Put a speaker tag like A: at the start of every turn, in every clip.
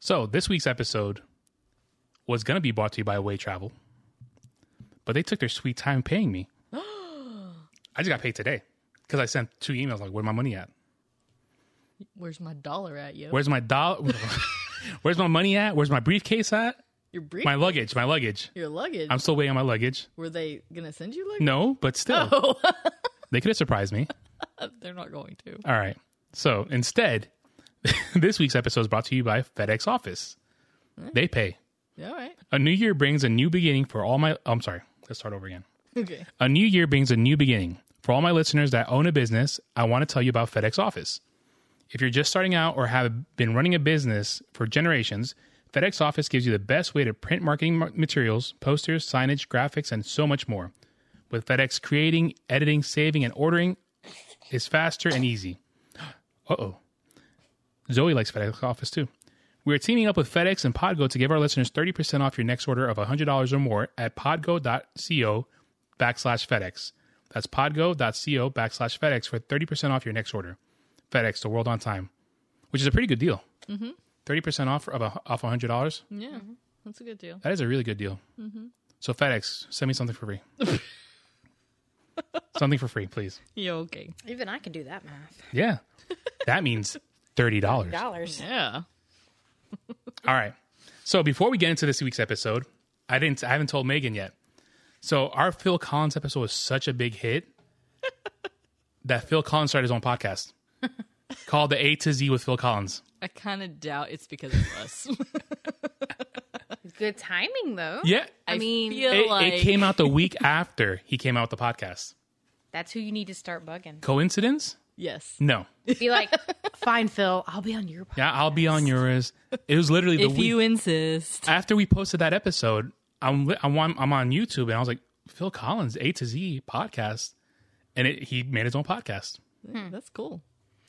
A: So this week's episode was going to be brought to you by Away Travel, but they took their sweet time paying me. I just got paid today because I sent two emails like, "Where's my money at?
B: Where's my dollar at, yo?
A: Where's my dollar? Where's my money at? Where's my briefcase at?
B: your brief?
A: My luggage? My luggage?
B: your luggage?
A: I'm still waiting on my luggage.
B: Were they gonna send you luggage?
A: No, but still,
B: Oh.
A: they could have surprised me.
B: They're not going to.
A: All right. So instead, this week's episode is brought to you by FedEx Office. They pay.
B: All right.
A: A new year brings a new beginning for all my. I'm sorry. Let's start over again.
B: Okay.
A: A new year brings a new beginning. For all my listeners that own a business, I want to tell you about FedEx Office. If you're just starting out or have been running a business for generations, FedEx Office gives you the best way to print marketing ma- materials, posters, signage, graphics, and so much more. With FedEx, creating, editing, saving, and ordering is faster and easy. Uh oh. Zoe likes FedEx Office too. We are teaming up with FedEx and Podgo to give our listeners 30% off your next order of $100 or more at podgo.co backslash FedEx. That's podgo.co backslash FedEx for 30% off your next order. FedEx, the world on time, which is a pretty good deal. Mm-hmm. 30% off of a, off $100.
B: Yeah. That's a good deal.
A: That is a really good deal. Mm-hmm. So FedEx, send me something for free. something for free, please.
B: Yeah. Okay.
C: Even I can do that math.
A: Yeah. That means $30.
C: Dollars.
B: Yeah.
A: All right. So before we get into this week's episode, I didn't I haven't told Megan yet. So our Phil Collins episode was such a big hit that Phil Collins started his own podcast called the A to Z with Phil Collins.
B: I kind of doubt it's because of us.
C: Good timing though.
A: Yeah.
C: I, mean,
B: feel
A: It,
B: like
A: it came out the week after he came out with the podcast.
C: that's who you need to start bugging.
A: Coincidence?
B: yes.
A: No.
C: Be like, fine, Phil, I'll be on your podcast.
A: Yeah, I'll be on yours. It was literally the
B: If
A: week
B: you insist.
A: after we posted that episode, I'm li- I'm on, I'm on YouTube and I was like Phil Collins A to Z podcast, and it, he made his own podcast.
B: Mm, That's cool.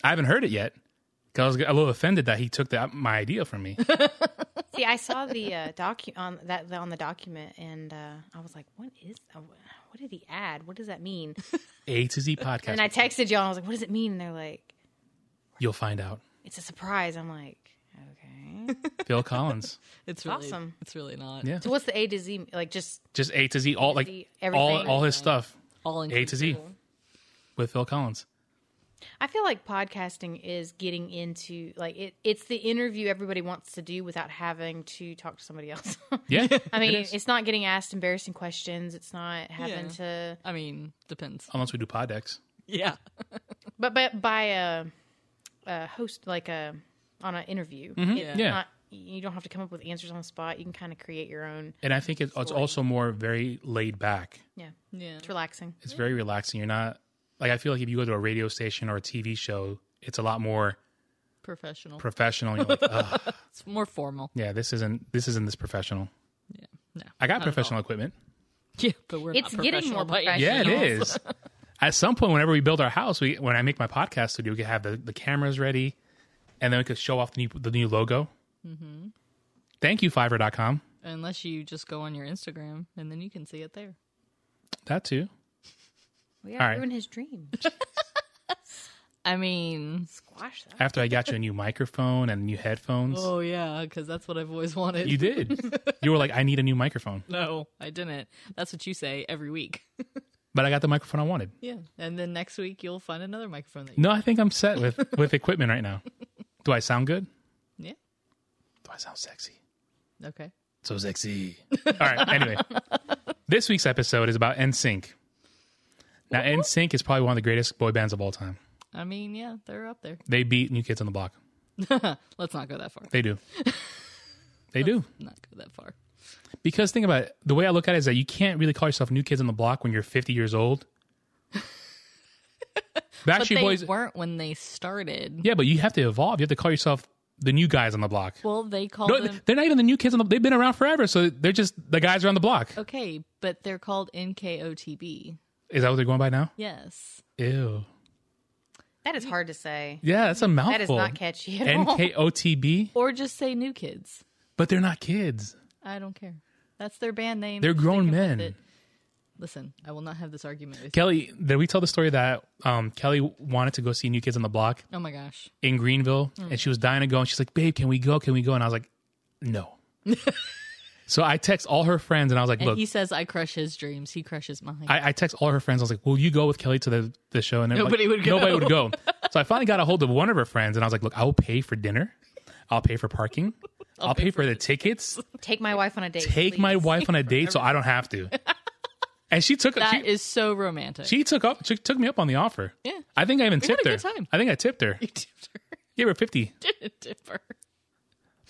A: I haven't heard it yet because I was a little offended that he took that my idea from me.
C: See, I saw the uh, docu on that on the document, and uh, I was like, "What is? Uh, what did he add? What does that mean?"
A: A to Z podcast.
C: And I texted y'all, and I was like, "What does it mean?" And they're like,
A: You'll find out.
C: "It's a surprise." I'm like, "Okay."
A: Phil Collins,
B: It's really
C: Awesome.
B: It's really not.
A: Yeah.
C: So what's the A to Z? Like, just
A: just A to Z, all like
C: Z, everything.
A: all all his stuff,
B: All in
A: A to Z, with Phil Collins.
C: I feel like podcasting is getting into like it. It's the interview everybody wants to do without having to talk to somebody else.
A: Yeah,
C: I mean,
A: is.
C: it's not getting asked embarrassing questions. It's not having
B: Yeah.
C: to,
B: I mean, depends.
A: unless we do Podex.
B: Yeah.
C: but but by a, a host like a on an interview, It's
B: Yeah.
A: Mm-hmm. Yeah,
C: not- you don't have to come up with answers on the spot. You can kind of create your own.
A: and I think it, it's also more very laid back.
C: Yeah,
B: Yeah.
C: it's relaxing.
A: It's very relaxing. You're not like I feel like if you go to a radio station or a TV show, it's a lot more
B: Professional.
A: professional. You're like, Ugh,
B: It's more formal.
A: yeah, this isn't this isn't this professional.
B: Yeah. No.
A: I got professional equipment.
B: Yeah, but we're
C: It's
B: not
C: getting more
B: by any
A: Yeah, it
B: means.
A: is. At some point, whenever we build our house, we when I make my podcast studio, we could have the, the cameras ready, and then we could show off the new the new logo. Thank you, Fiverr.com.
B: Unless you just go on your Instagram and then you can see it there.
A: That too.
C: We
A: All
C: are
A: right.
C: ruin his dream.
B: I mean,
C: Squash that.
A: After I got you a new microphone and new headphones,
B: oh yeah, because that's what I've always wanted.
A: you did. you were like, I need a new microphone,
B: No, I didn't. That's what you say every week.
A: but I got the microphone I wanted.
B: Yeah, and then next week you'll find another microphone that you.
A: No, I think I'm set with with equipment right now. Do I sound good?
B: Yeah.
A: Do I sound sexy?
B: Okay.
A: So sexy. All right. Anyway, this week's episode is about NSYNC. Now, NSYNC is probably one of the greatest boy bands of all time.
B: I mean, yeah, they're up there.
A: They beat New Kids on the Block.
B: Let's not go that far.
A: They do. They do.
B: Not go that far.
A: Because think about it, the way I look at it is that you can't really call yourself New Kids on the Block when you're 50 years old.
B: But
A: Backstreet
B: they
A: Boys.
B: weren't when they started.
A: Yeah, but you have to evolve. You have to call yourself the new guys on the block.
B: Well, they called
A: No,
B: them.
A: they're not even the new kids on the. They've been around forever, so they're just the guys around the block.
B: Okay, but they're called NKOTB.
A: Is that what they're going by now?
B: Yes.
A: Ew.
C: That is hard to say.
A: Yeah, that's a mouthful.
C: That is not catchy at all.
A: NKOTB,
B: Or just say New Kids.
A: but they're not kids.
B: I don't care. That's their band name.
A: They're
B: Stick
A: grown
B: with
A: men.
B: it. Listen, I will not have this argument with you.
A: Kelly, did we tell the story that um, Kelly wanted to go see New Kids on the Block
B: Oh my gosh.
A: in Greenville, and she was dying to go, and she's like, "Babe, can we go? Can we go?" And I was like, No. so I text all her friends and I was like,
B: And
A: look,
B: he says, I crush his dreams. He crushes mine.
A: I, I text all her friends. I was like, "Will you go with Kelly to the, the show?" And they're
B: Nobody
A: like,
B: would go.
A: Nobody would go. so I finally got a hold of one of her friends, and I was like, "Look, I will pay for dinner. I'll pay for parking. I'll, pay, for the tickets.
C: Take my wife on a date.
A: Take
C: please.
A: my wife on a date, so I don't have to." And she took
B: That
A: she,
B: is so romantic.
A: she took up she took me up on the offer.
B: Yeah.
A: I think I even
B: had a
A: tipped her.
B: good time.
A: I think I tipped her.
B: tipped her.
A: Gave her fifty.
B: Didn't tip her.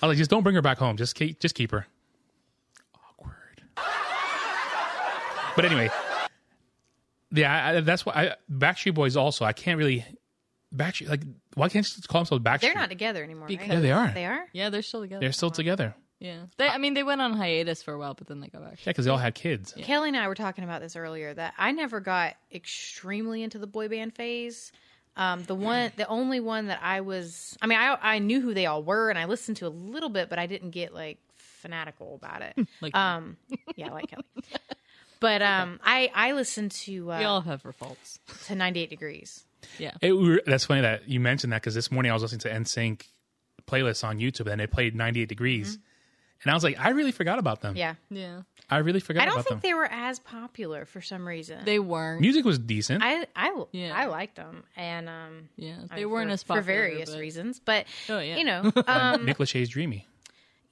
A: I was like, "Just don't bring her back home. Just keep just keep her." Awkward. But anyway, yeah, I, I- that's why I, Backstreet Boys. Also, I can't really Backstreet like why can't you just call themselves Backstreet?
C: They're not together anymore. right?
B: Because- Yeah,
A: they are.
C: They are.
B: Yeah, they're still together.
A: They're still together.
B: yeah. They, I mean, they went on hiatus for a while, but then they got back.
A: Yeah, because they all had kids.
C: Kelly and I were talking about this earlier that I never got extremely into the boy band phase. Um, the one, the only one that I was, I mean, I I knew who they all were and I listened to a little bit, but I didn't get like fanatical about it.
B: Like,
C: um, yeah, like Kelly. But um, I I listened to
B: we
C: uh,
B: all have our faults.
C: to 98 Degrees.
B: Yeah.
A: It, we were- that's funny that you mentioned that because this morning I was listening to NSYNC playlists on YouTube and they played 98 Degrees. And I was like, I really forgot about them.
C: Mm-hmm. Yeah,
B: Yeah.
A: I really forgot
C: I don't
A: about
C: think
A: them.
C: they were as popular for some reason.
B: They weren't.
A: Music was decent.
C: I I
B: Yeah.
C: I liked them and um
B: yeah.
C: I
B: They
C: mean,
B: weren't
C: for,
B: as popular.
C: for various
B: but
C: reasons, but
B: Oh, yeah.
C: you know, um,
A: Nick Lachey's Dreamy.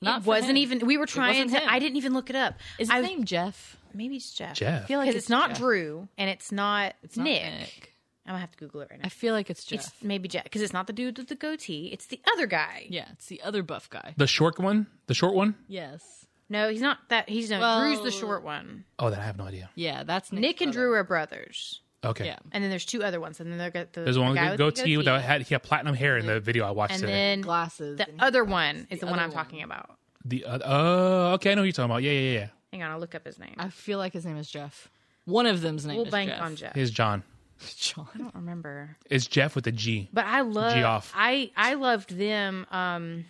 B: Not
C: it
B: for
C: wasn't
B: him.
C: even. We were trying
B: wasn't
C: to.
B: him.
C: I didn't even look it up.
B: Is his
C: I,
B: name Jeff?
C: Maybe it's Jeff.
A: Jeff.
B: I feel like
C: Because it's not
B: Jeff.
C: Drew and it's not
B: Not
C: Nick. I'm gonna have to Google it right now.
B: I feel like it's Jeff.
C: It's maybe Jeff because it's not the dude with the goatee. It's the other guy.
B: yeah, it's the other buff guy.
A: The short one? The short one?
B: Yes.
C: No, he's not that. He's no. Drew's the
B: Well-
C: short one.
A: Oh, that I have no idea.
B: Yeah, that's Nick's
C: Nick and
B: brother.
C: Drew are brothers,
A: Okay.
B: Yeah.
C: and then there's two other ones, and then they're got the
A: There's the one
C: the
A: with
C: guy
A: the goatee with the had he had platinum hair in the video I watched
C: and
A: today.
C: then
B: Glasses.
C: the
B: and-
C: other one is the, one
B: other
C: I'm
B: one.
C: talking about.
A: the other, oh, okay, I know who you're talking about. Yeah, yeah, yeah.
C: Hang on, I'll look up his name.
B: I feel like his name is Jeff. One of them's name
C: We'll
B: is
C: bank
B: Jeff.
C: on Jeff.
A: Here's John.
C: I
B: John.
C: don't remember.
A: It's Jeff with a G.
C: But I
A: G
C: love
A: off.
C: I I loved them. Um,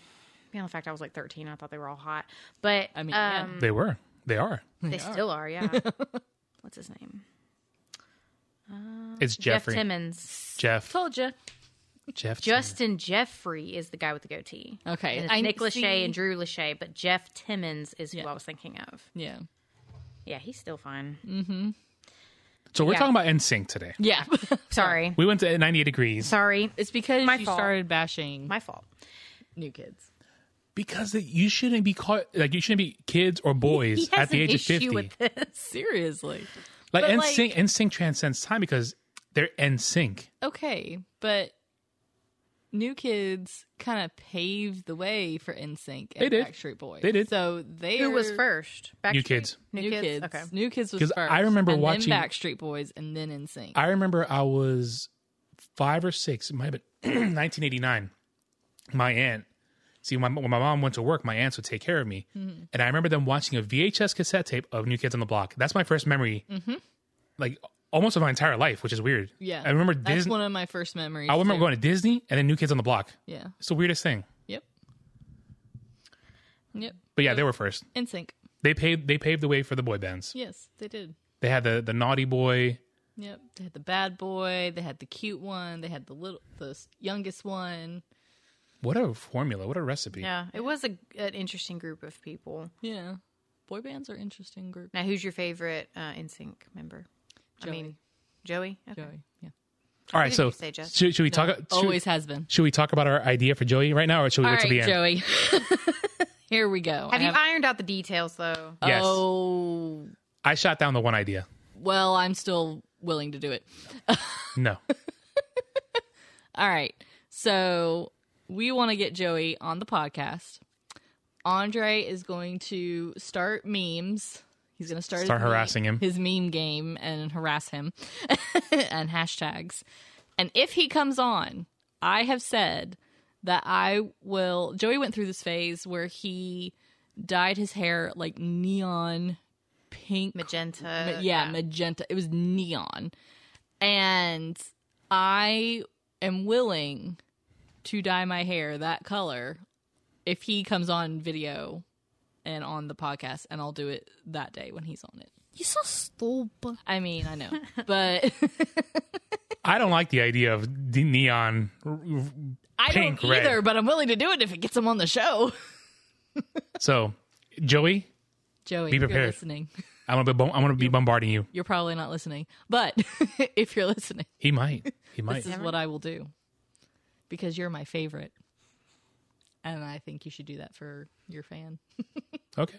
C: you know, in fact, I was like 13. I thought they were all hot, but
B: I mean, yeah.
C: um,
A: They were. They are.
C: they, still are. Yeah. What's his name?
A: It's Jeffrey.
C: Jeff Timmons.
A: Jeff.
B: Told you.
A: Jeff.
C: Justin Jeffrey is the guy with the goatee.
B: Okay.
C: And it's
B: I
C: Nick Lachey
B: see-
C: and Drew Lachey, but Jeff Timmons is who
B: Yeah.
C: I was thinking of.
B: Yeah.
C: Yeah, he's still fine.
A: So we're
C: Yeah.
A: talking about NSYNC today.
B: Yeah.
C: Sorry,
A: We went to 98 degrees
C: sorry,
B: it's because
C: My
B: you
C: fault.
B: started bashing
C: my fault.
B: new kids.
A: because it- you shouldn't be caught like you shouldn't be kids or boys
C: He has
A: at the
C: an
A: age of
C: issue
A: 50.
C: with this.
B: Seriously.
A: like
B: but,
A: NSYNC, NSYNC transcends time because they're NSYNC.
B: Okay, but new kids kind of paved the way for NSYNC and
A: They did.
B: Backstreet Boys.
A: They did.
B: So they
C: Who was first? Back
A: New Kids.
C: New,
B: New
C: kids?
B: kids.
C: Okay.
B: New kids was
A: 'Cause
B: first.
A: I remember
B: and
A: watching-
B: then Backstreet Boys and then NSYNC.
A: I remember I was five or six. It might have been 1989. My aunt, see, when my, when my mom went to work, my aunts would take care of me, and I remember them watching a VHS cassette tape of New Kids on the Block. That's my first memory, like almost of my entire life, which is weird.
B: yeah,
A: I remember
B: that's
A: Disney.
B: one of my first memories.
A: I remember
B: too.
A: going to Disney and then New Kids on the Block.
B: Yeah.
A: It's the weirdest thing.
B: Yep. Yep.
A: But yeah, they were first.
B: NSYNC.
A: They paved they paved the way for the boy bands.
B: Yes, they did.
A: They had the the naughty boy.
B: Yep. They had the bad boy. They had the cute one. They had the little, the s- youngest one.
A: What a formula! What a recipe!
C: Yeah, it was a, an interesting group of people.
B: Yeah. Boy bands are interesting group.
C: Now, who's your favorite uh, NSYNC member? I mean, Joey. Okay.
B: Joey. Yeah.
A: All right,
C: did
A: so
C: you say, Jess?
A: should, should we talk? Should,
B: Always has been.
A: should we talk about our idea for Joey right now, or should we
B: All
A: wait till the
B: right,
A: end?
B: Joey. Here we go.
C: Have
B: I
C: you ironed out the details though?
A: Yes.
B: Oh,
A: I shot down the one idea.
B: well, I'm still willing to do it.
A: No,
B: All right. So we want to get Joey on the podcast. Andre is going to start memes. He's going to start his
A: Start
B: meme-
A: harassing him.
B: his meme game, and harass him, and hashtags. And if he comes on, I have said that I will. Joey went through this phase where he dyed his hair like neon pink,
C: Magenta. Uh,
B: Ma- yeah, magenta. It was neon. And I am willing to dye my hair that color if he comes on video and on the podcast, and I'll do it that day when he's on it.
C: You so stupid.
B: I mean, I know, but
A: I don't like the idea of the neon.
B: I
A: Pink,
B: don't
A: red.
B: either. But I'm willing to do it if it gets him on the show.
A: So, Joey,
B: Joey,
A: Be
B: if you're
A: prepared.
B: listening.
A: I'm gonna be, I'm gonna be bombarding you.
B: You're probably not listening, but if you're listening,
A: He might. He might.
B: this is what I will do because you're my favorite, and I think you should do that for your fan.
A: Okay.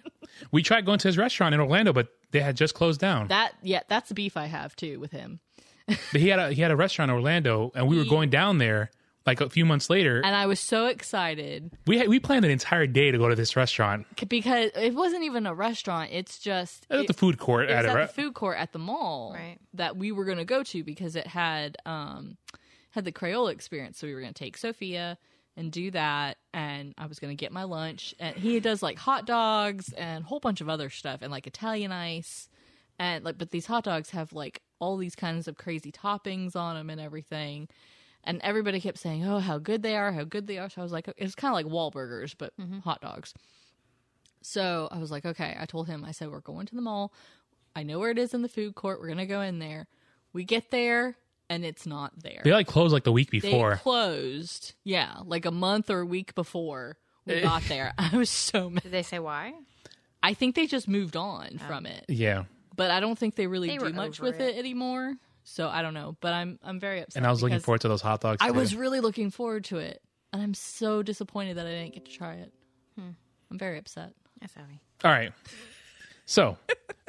A: We tried going to his restaurant in Orlando, but they had just closed down.
B: That yeah, that's a beef I have too with him,
A: But he had a he had a restaurant in Orlando, and we were going down there like a few months later.
B: and I was so excited
A: we had, we planned an entire day to go to this restaurant.
B: c- because it wasn't even a restaurant; it's just
A: It was
B: it-
A: at the food court
B: it
A: at
B: was
A: a
B: at
A: re-
B: the food court at the mall
C: Right.
B: that we were going to go to because it had um had the Crayola experience. So we were going to take Sophia and do that, and I was going to get my lunch. And he does like hot dogs and a whole bunch of other stuff, and like Italian ice, and like but these hot dogs have like all these kinds of crazy toppings on them and everything. And everybody kept saying, "Oh, how good they are! How good they are!" So I was like, "It was kind of like Wahlburgers, but
C: Mm-hmm.
B: hot dogs." So I was like, okay. I told him, I said, we're going to the mall. I know where it is in the food court. We're going to go in there. We get there and it's not there.
A: They like closed like the week
B: They
A: before.
B: closed. Yeah. Like a month or a week before
C: Eh.
B: we got there. I was so mad.
C: Did they say why?
B: I think they just moved on from it,
A: yeah.
B: but I don't think they really
C: They were
B: do much
C: over
B: with
C: it.
B: it. anymore. So I don't know, but I'm, I'm very upset.
A: And I was looking
B: because
A: forward to those hot dogs.
B: I
A: too.
B: was really looking forward to it and I'm so disappointed that I didn't get to try it. Hmm. I'm very upset.
C: That's Abby.
A: All right. So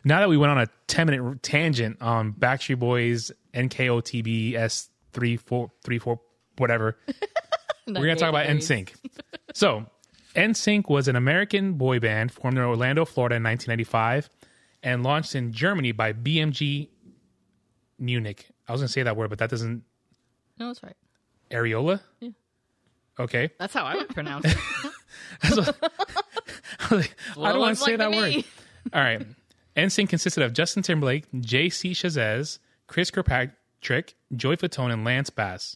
A: now that we went on a 10 minute tangent on Backstreet Boys, NKOTBS 3434, whatever, we're going to talk about NSYNC. so NSYNC was an American boy band formed in Orlando, Florida in 1995 and launched in Germany by BMG Munich. I was going to say that word, but that doesn't.
B: No, that's right.
A: Areola? Okay.
B: That's how I would pronounce it.
A: I was like, I don't want
B: looks
A: to say that
B: like to
A: word.
B: me.
A: All right. NSYNC consisted of Justin Timberlake, J.C. Chazez, Chris Kirkpatrick, Joy Fatone, and Lance Bass.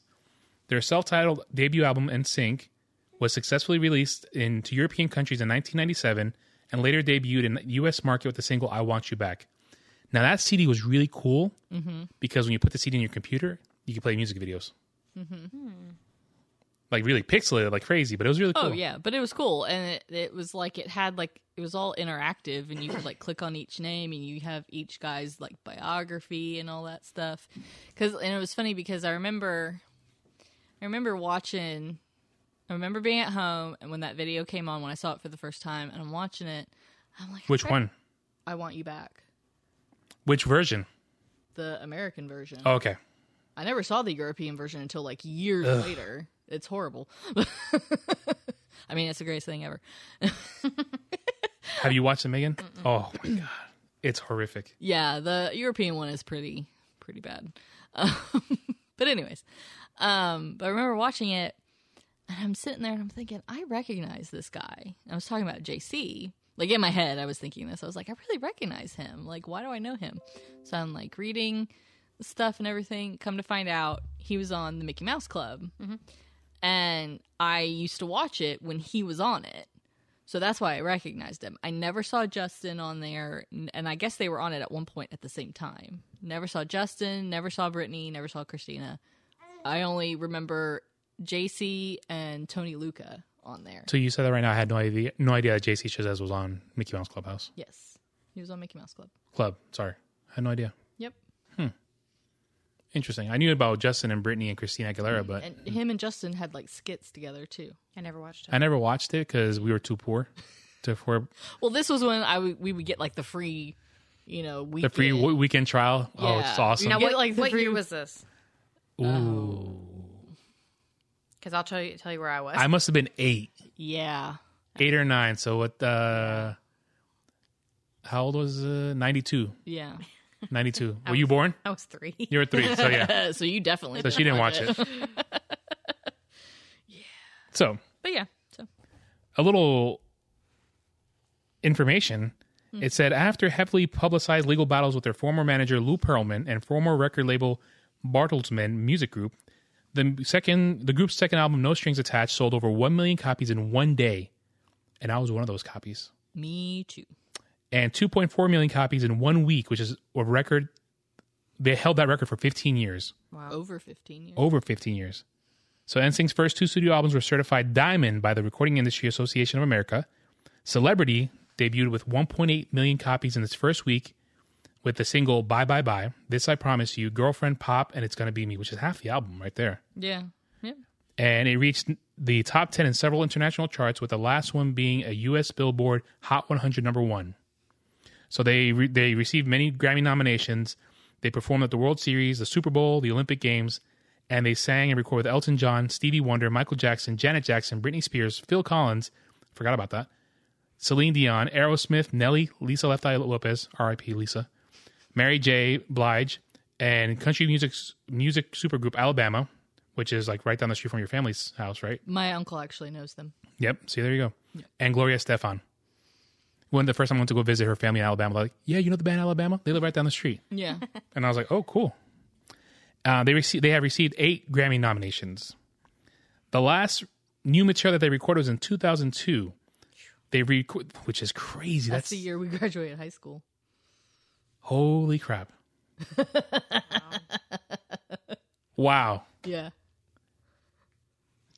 A: Their self-titled debut album NSYNC was successfully released into European countries in 1997 and later debuted in the U.S. market with the single "I Want You Back." Now that CD was really cool
B: Mm-hmm.
A: because when you put the CD in your computer, you could play music videos, like really pixelated, like crazy. But it was really cool.
B: Mm-hmm. Oh yeah, but it was cool, and it, it was like it had like it was all interactive, and you could like click on each name, and you have each guy's like biography and all that stuff. Because and it was funny because I remember, I remember watching, I remember being at home, and when that video came on, when I saw it for the first time, and I'm watching it, I'm like,
A: Which one?
B: I want you back,
A: Which version?
B: the American version.
A: Oh, okay.
B: I never saw the European version until like years later. It's horrible. I mean, it's the greatest thing ever.
A: Have you watched it, Megan? Oh my god, it's horrific.
B: Yeah, the European one is pretty pretty bad. Um, but anyways, um, but I remember watching it, and I'm sitting there and I'm thinking, I recognize this guy. I was talking about JC. Like in my head, I was thinking this. I was like, I really recognize him. Like, why do I know him? So I'm like reading stuff and everything. Come to find out, he was on the Mickey Mouse Club, and I used to watch it when he was on it. So that's why I recognized him. I never saw Justin on there, n- and I guess they were on it at one point at the same time. Never saw Justin, never saw Brittany, never saw Christina. I only remember JC and Tony Luca on there.
A: So you said that right now. I had no idea. No idea that JC Chazez was on Mickey Mouse Clubhouse
B: Yes, he was on Mickey Mouse Club.
A: Club. Sorry, I had no idea.
B: Yep,
A: Interesting. I knew about Justin and Brittany and Christina
C: Mm-hmm.
A: Aguilera, but
B: and him and Justin had like skits together too.
C: I never watched it.
A: I never watched it because we were too poor to afford
B: Well, this was when I w- we would get like the free, you know, week
A: the free w- weekend trial. Oh,
B: Yeah.
A: it's awesome.
B: Now-
C: Now,
B: Get,
C: what,
B: like, the
C: what year
B: free-
C: was this? Oh.
A: Ooh,
C: Because I'll tell you, tell you where I was.
A: I must have been eight,
B: yeah.
A: eight or nine. So what? Uh, how old was uh, 92?
B: Yeah.
A: 92. Were you born?
C: I was three.
A: You were three. So Oh, yeah.
B: so you definitely.
A: So she didn't watch it. So
B: But yeah. So
A: a little information. It said after heavily publicized legal battles with their former manager Lou Pearlman and former record label Bartelsman Music Group, the second the group's second album No Strings Attached sold over 1 million copies in one day, and I was one of those copies.
B: me too.
A: And 2.4 million copies in one week, which is a record they held that record for 15 years,
C: Wow.
B: Over 15 years.
A: over 15 years. So NSYNC's first two studio albums were certified diamond by the Recording Industry Association of America. Celebrity debuted with 1.8 million copies in its first week with the single Bye Bye Bye, This I Promise You, Girlfriend Pop, and It's Gonna Be Me, which is half the album right there.
B: Yeah. Yeah.
A: And it reached the top 10 in several international charts, with the last one being a US Billboard Hot 100 number one. So they, re- they received many Grammy nominations. They performed at the World Series, the Super Bowl, the Olympic Games, and they sang and recorded with Elton John, Stevie Wonder, Michael Jackson, Janet Jackson, Britney Spears, Phil Collins, forgot about that, Celine Dion, Aerosmith, Nelly, Lisa Left Eye Lopez, RIP Lisa, Mary J. Blige, and country music's music supergroup Alabama, which is like right down the street from your family's house, right?
B: My uncle actually knows them.
A: Yep. See, there you go. And Gloria Stefan. When the first time I went to go visit her family in Alabama, like, yeah, you know the band Alabama? They live right down the street.
B: Yeah.
A: And I was like, oh, cool. Uh, they received, they have received eight Grammy nominations. The last new material that they recorded was in 2002. They record, which is crazy. That's,
B: That's the year we graduated high school.
A: holy crap. wow.
B: Yeah.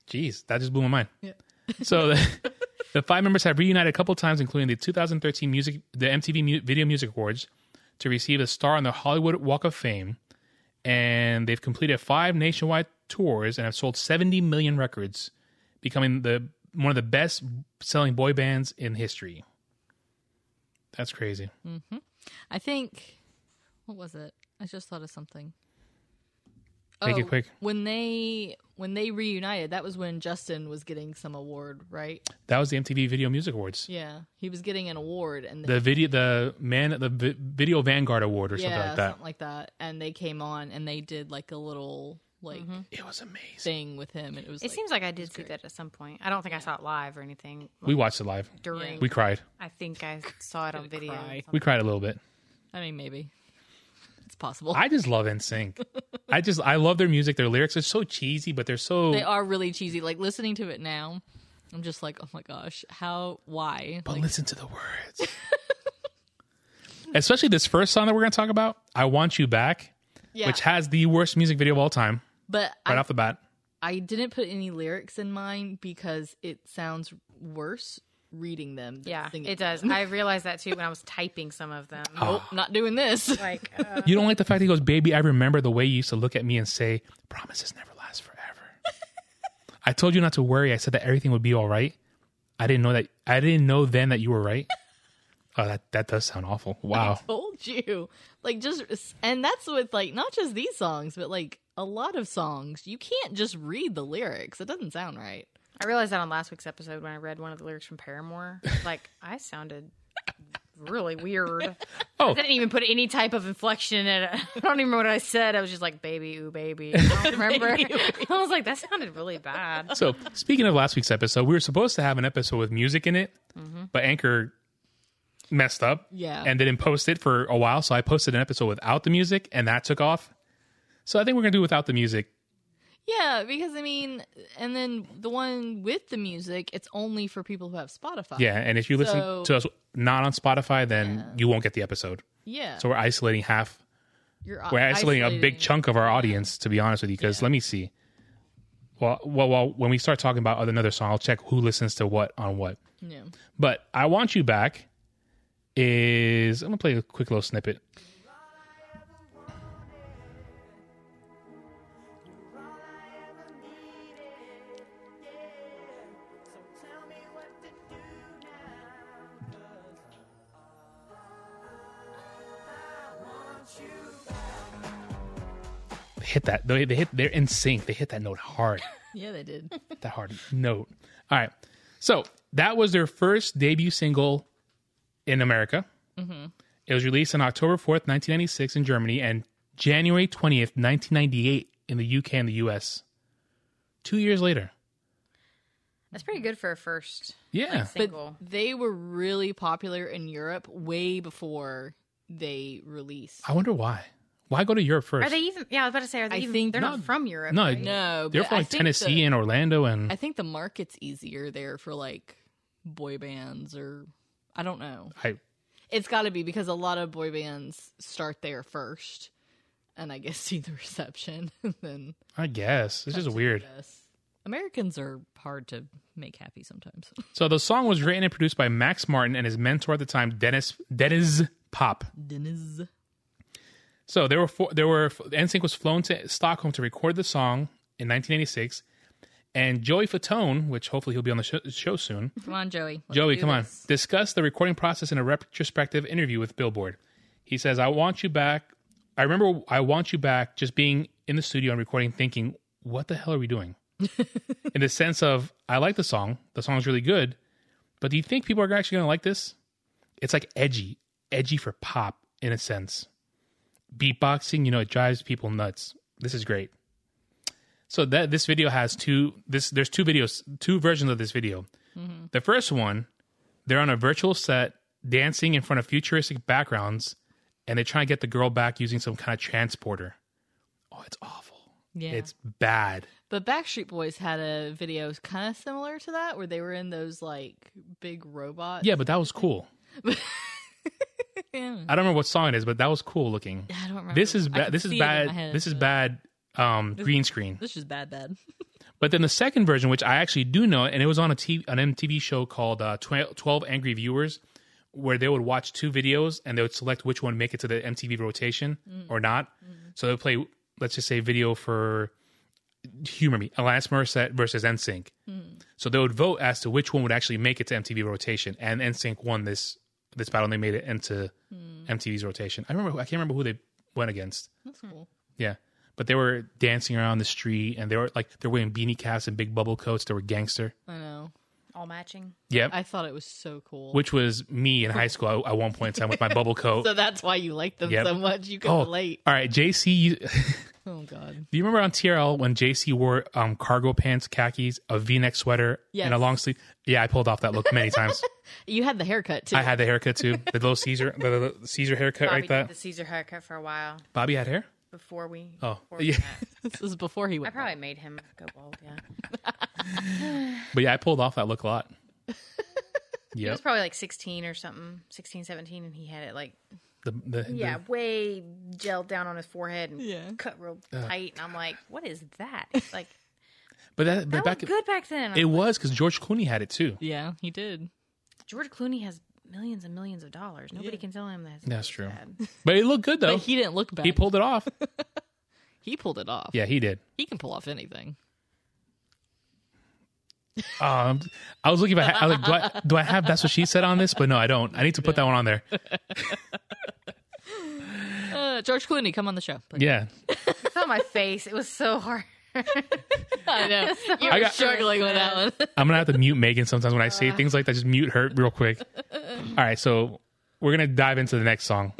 A: Jeez, that just blew my mind.
B: Yeah.
A: So the, the five members have reunited a couple times, including the 2013 music, the MTV Mu- Video Music Awards, to receive a star on the Hollywood Walk of Fame, and they've completed five nationwide tours and have sold 70 million records, becoming the one of the best selling boy bands in history. That's crazy.
B: I think what was it? I just thought of something.
A: Make it quick.
B: When they when they reunited, that was when Justin was getting some award, right?
A: That was the MTV Video Music Awards.
B: Yeah, he was getting an award, and
A: The video, the man, the vi- Video Vanguard Award or
B: yeah,
A: something like that.
B: something like that. And they came on and they did like a little like
A: it was amazing.
B: thing with him, and it was
C: It
B: like,
C: seems like I did see that at some point. I don't think I saw it live or anything
A: We watched it live.
C: during.
A: We cried.
C: I think I saw it on video. or
B: cry.
A: We cried a little bit.
B: I mean, maybe it's possible.
A: I just love NSYNC. I just I love their music. Their lyrics are so cheesy, but they're so
B: they are really cheesy. Like listening to it now, I'm just like, oh my gosh, how? Why?
A: But listen to the words. Especially this first song that we're going to talk about, "I Want You Back,"
B: Yeah,
A: which has the worst music video of all time
B: but
A: right
B: I
A: off the bat.
B: I didn't put any lyrics in mine because it sounds worse reading them. Than
C: Yeah,
B: singing
C: it does.
B: them.
C: I realized that too when I was typing some of them.
B: Nope, not doing this.
C: Like, uh,
A: You don't like the fact that he goes, "Baby, I remember the way you used to look at me and say, promises never last forever." I told you not to worry. I said that everything would be all right. I didn't know that. I didn't know then that you were right. Oh, that that does sound awful. Wow.
B: Told you, like just, and that's with like not just these songs, but like a lot of songs. You can't just read the lyrics; it doesn't sound right.
C: I realized that on last week's episode when I read one of the lyrics from Paramore. Like, I sounded really weird.
A: Oh.
C: I didn't even put any type of inflection in it. I don't even remember what I said. I was just like, baby, ooh, baby. I don't remember. I was like, that sounded really bad.
A: So, speaking of last week's episode, we were supposed to have an episode with music in it, but Anchor messed up
B: Yeah.
A: and didn't post it for a while. So, I posted an episode without the music and that took off. So, I think we're going to do without the music.
B: Yeah, because I mean, and then the one with the music, it's only for people who have Spotify.
A: Yeah. And if you listen
B: So-
A: to us not on Spotify, then you won't get the episode.
B: yeah.
A: So, we're isolating half,
B: You're
A: we're isolating, a big
B: isolating-
A: chunk of our audience, to be honest with you. Because let me see. Well, well, well, when we start talking about another song, I'll check who listens to what on what.
B: Yeah.
A: But I Want You Back is. I'm going to play a quick little snippet. They Hit that. They, they hit. They're in sync. They hit that note hard
B: Yeah, they did.
A: that hard note. All right. So that was their first debut single in America. It was released on October 4th, 1996 in Germany and January 20th, 1998 in the UK and the US. Two years later.
C: That's pretty good for a first
A: Yeah.
B: but
C: single.
B: they were really popular in Europe way before they released.
A: I wonder why. Why go to Europe first?
C: are they even? Yeah, I was about to say, are they
B: I
C: even?
B: think-
C: they're not
A: No,
C: from Europe.
A: no,
C: right?
B: No,
A: They're
B: but
A: from
B: I
A: like
B: think
A: Tennessee
B: the-
A: and Orlando and
B: I think the market's easier there for like boy bands or I don't know.
A: I,
B: It's got to be because a lot of boy bands start there first, and I guess see the reception and then
A: I guess. It's just
B: come to
A: weird.
B: the US. Americans are hard to make happy sometimes.
A: So the song was written and produced by Max Martin and his mentor at the time, Dennis Dennis Pop.
B: Dennis.
A: So there were four, there were NSYNC was flown to Stockholm to record the song in 1986, and Joey Fatone, which hopefully he'll be on the show, show soon.
B: Come on, Joey. Let's
A: Joey,
B: do
A: come
B: this.
A: on, discussed the recording process in a retrospective interview with Billboard. He says, "I want you back." I remember I want you back. Just being in the studio and recording, thinking, "What the hell are we doing?" in the sense of, I like the song. The song's really good, but do you think people are actually going to like this? It's like edgy, edgy for pop in a sense beatboxing, you know, it drives people nuts. This is great. So that this video has two this there's two videos, two versions of this video. The first one, they're on a virtual set dancing in front of futuristic backgrounds and they try to get the girl back using some kind of transporter. Oh, it's awful.
B: Yeah.
A: It's bad.
B: But Backstreet Boys had a video kind of similar to that where they were in those like big robots.
A: Yeah, but that was cool.
B: Yeah.
A: I don't remember what song it is, but that was cool looking.
B: I don't remember.
A: This is
B: I
A: bad.
B: can
A: This is
B: see it in my
A: bad.
B: head,
A: This is
B: but
A: bad um green screen.
B: This is bad, bad.
A: But then the second version, which I actually do know, and it was on a TV, an MTV show called uh, 12, 12 Angry Viewers, where they would watch two videos and they would select which one make it to the MTV rotation or not. So they would play, let's just say, video for humor me, Alanis Morissette versus NSYNC. So they would vote as to which one would actually make it to MTV rotation, and NSYNC won this this battle. and They made it into MTV's rotation. I remember, who- I can't remember who they went against.
B: That's cool.
A: Yeah. But they were dancing around the street and they were like they're wearing beanie caps and big bubble coats. They were gangster.
C: Mm.
B: I know.
C: all matching.
A: Yep.
B: I thought it was so cool.
A: Which was me in high school at one point in time with my bubble coat.
B: so that's why you like them
A: Yep.
B: so much. You can
A: Oh,
B: relate.
A: All right, JC. You, do
B: Oh God.
A: you remember on TRL when JC wore um, cargo pants, khakis, a V-neck sweater,
B: Yes.
A: and a long sleeve? Yeah, I pulled off that look many times.
B: You had the haircut too.
A: I had the haircut too, the little Caesar, the, the- the Caesar haircut
C: Bobby
A: like that.
C: did the Caesar haircut for a while
A: Bobby had hair.
C: before we.
A: Oh,
C: before we
A: yeah.
C: met.
B: this was before he
C: I
B: went.
C: probably made him go bald. Yeah,
A: But yeah, I pulled off that look a lot.
C: he
A: Yep.
C: was probably like 16 or something, 16, 17, and he had it like
A: The, the,
C: yeah,
A: the-
C: way gelled down on his forehead and
B: Yeah.
C: cut real tight. And I'm like, what is that? It's like
A: but that, but
C: that
A: back
C: looked good back then.
A: it was because George Clooney had it too.
B: Yeah, he did.
C: George Clooney has millions and millions of dollars. Nobody
B: Yeah.
C: can tell him that.
A: That's true. But it looked good though.
B: But he didn't look back.
A: He pulled it off.
B: He pulled it off.
A: Yeah, he did.
B: He can pull off anything.
A: Um, I was looking. If I, ha- I was like, do I, do I have? That's what she said on this, but no, I don't. I need to put that one on there.
B: Uh, George Clooney, come on the show. please.
A: Yeah,
C: I saw my face. It was so hard.
B: I know. You
A: I
B: were
A: got-
B: struggling with that one.
A: I'm gonna have to mute Megan sometimes when I say
B: Uh.
A: things like that. Just mute her real quick. All right, so we're gonna dive into the next song.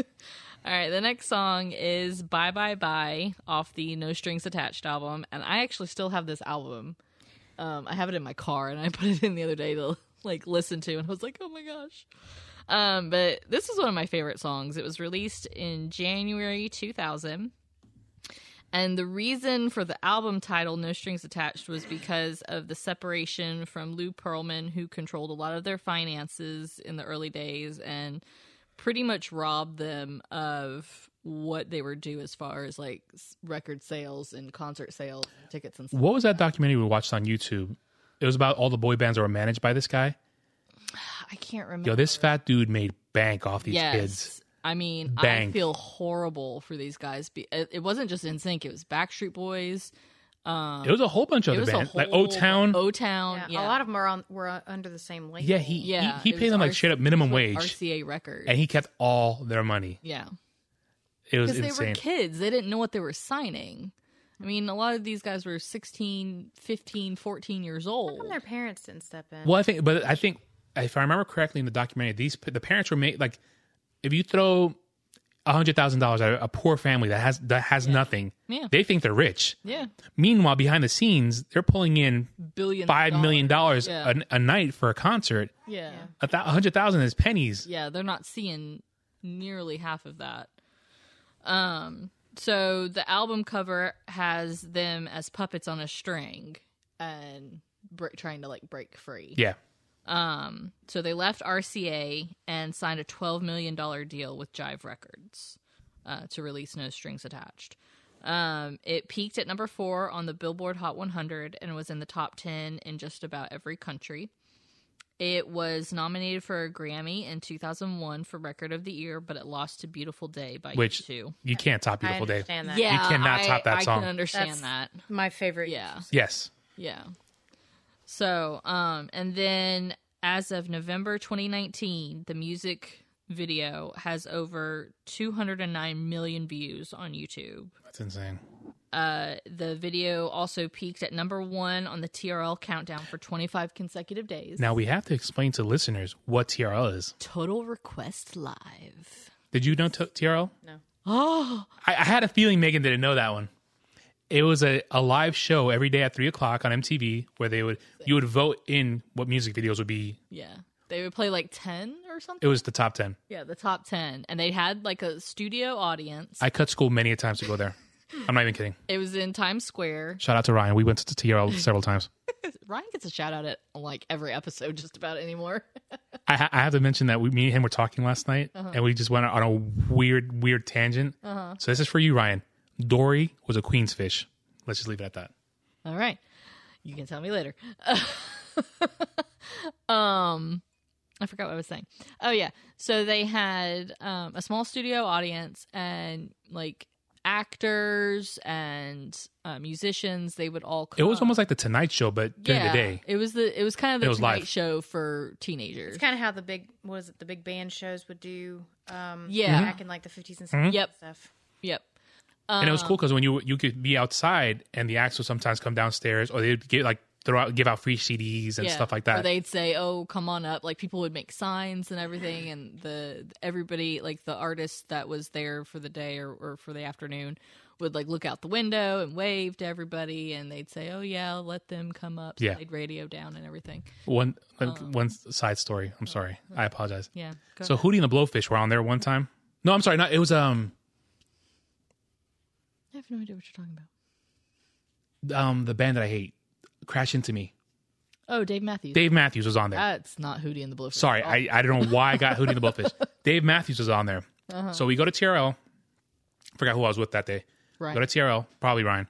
B: All right, the next song is Bye Bye Bye off the No Strings Attached album. And I actually still have this album. Um, I have it in my car and I put it in the other day to like listen to and I was like, oh my gosh. Um, but this is one of my favorite songs. It was released in January 2000. And the reason for the album title No Strings Attached was because of the separation from Lou Pearlman, who controlled a lot of their finances in the early days and pretty much robbed them of what they were due as far as like s- record sales and concert sales, and tickets and stuff.
A: What was that documentary we watched on YouTube? It was about all the boy bands that were managed by this guy.
B: I can't remember.
A: Yo, this fat dude made bank off these
B: yes.
A: kids.
B: I mean, I
A: Bank.
B: feel horrible for these guys. Be- It it wasn't just in sync; it was Backstreet Boys. Um,
A: It was a whole bunch of
B: it
A: other
B: was
A: bands, like O Town.
B: O Town.
C: Yeah,
B: Yeah,
C: A lot of them are on, were uh, under the same label.
A: Yeah, he
B: Yeah,
A: he,
B: it
A: he
B: was
A: paid them like
B: RC
A: straight up minimum wage,
B: RCA records.
A: and he kept all their money.
B: yeah,
A: It was
B: because they were
A: insane.
B: kids; they didn't know what they were signing. I mean, a lot of these guys were 16, 15, 14 years
C: How come
B: old.
C: their parents didn't step in?
A: Well, I think, but I think if I remember correctly in the documentary, these the parents were made like if you throw a hundred thousand dollars at a poor family that has that has nothing,
B: Yeah.
A: they think they're rich.
B: Yeah,
A: Meanwhile, behind the scenes, they're pulling in
B: billion
A: five million dollars
B: Yeah.
A: a, a night for a concert.
B: Yeah. yeah,
C: Yeah.
A: A thou- a hundred thousand is pennies.
B: they're not seeing nearly half of that. Um, so the album cover has them as puppets on a string and br- trying to like break free.
A: Yeah,
B: Um, so they left RCA and signed a $12 million deal with Jive Records uh, to release No Strings Attached. Um, it peaked at number four on the Billboard Hot 100 and was in the top 10 in just about every country. It was nominated for a Grammy in 2001 for Record of the Year, but it lost to Beautiful Day by
A: Which-
B: U2.
A: You can't top
C: I
A: Beautiful Day.
C: understand that.
B: Yeah,
A: cannot
B: I-
A: top that
B: I
A: song.
B: can understand
C: That's-
B: that.
C: my favorite.
B: Yeah.
A: Yes.
B: Yeah. So, um, and then as of November 2019, the music video has over 209 million views on YouTube.
A: That's insane.
B: Uh, the video also peaked at number one on the TRL countdown for 25 consecutive days.
A: Now we have to explain to listeners what TRL is.
B: Total Request Live.
A: Did you know t- TRL?
B: Oh,
A: I, I had a feeling Megan didn't know that one. It was a, a live show every day at three o'clock on MTV where they would you would vote in what music videos would be.
B: yeah. They would play like 10 or something.
A: It was the top ten.
B: Yeah, the top 10. And they had like a studio audience.
A: I cut school many a times to go there. I'm not even kidding.
B: it was in Times Square.
A: Shout out to Ryan. We went to TRL several times.
B: Ryan gets a shout out at like every episode just about anymore.
A: I, ha- I have to mention that we, me and him were talking last night, and we just went on a weird, weird tangent. So this is for you, Ryan. Dory was a queen's fish. Let's just leave it at that.
B: All right. You can tell me later. um I forgot what I was saying. Oh yeah. So they had um a small studio audience and like actors and uh, musicians they would all
A: It was
B: come.
A: almost like the Tonight Show, but during
B: yeah,
A: the day.
B: It was the it was kind of the
A: It was
B: Tonight
A: live.
B: show for teenagers.
C: It's kind of how the big what is it the big band shows would do. Um,
B: Yeah.
C: back in like the fifties and
A: Mm-hmm.
C: 60s
B: Yep.
C: and stuff.
B: yep.
A: and it was
B: Um,
A: cool because when you you could be outside, and the acts would sometimes come downstairs, or they'd get like throw out, give out free CDs and
B: Yeah.
A: stuff like
B: Or
A: that.
B: they'd say, "Oh, come on up!" Like people would make signs and everything, and the everybody, like the artist that was there for the day or, or for the afternoon, would like look out the window and wave to everybody, and they'd say, "Oh yeah, let them come up." So
A: Yeah.
B: they'd radio down and everything.
A: one like, one side story. I'm sorry. I apologize.
B: Oh. Yeah. Go
A: So Hootie and the Blowfish were on there one time. No, I'm sorry. Not it was um
B: I have no idea what you're talking about.
A: um the band that I hate, Crash Into Me.
B: Oh, Dave Matthews.
A: Dave Matthews was on there.
B: That's not Hootie and the Blowfish.
A: Sorry,
B: at all.
A: I, I don't know why I got Hootie and the Blowfish. Dave Matthews was on there.
B: Uh-huh.
A: So we go to TRL. Forgot who I was with that day.
B: right.
A: Go to TRL, probably Ryan.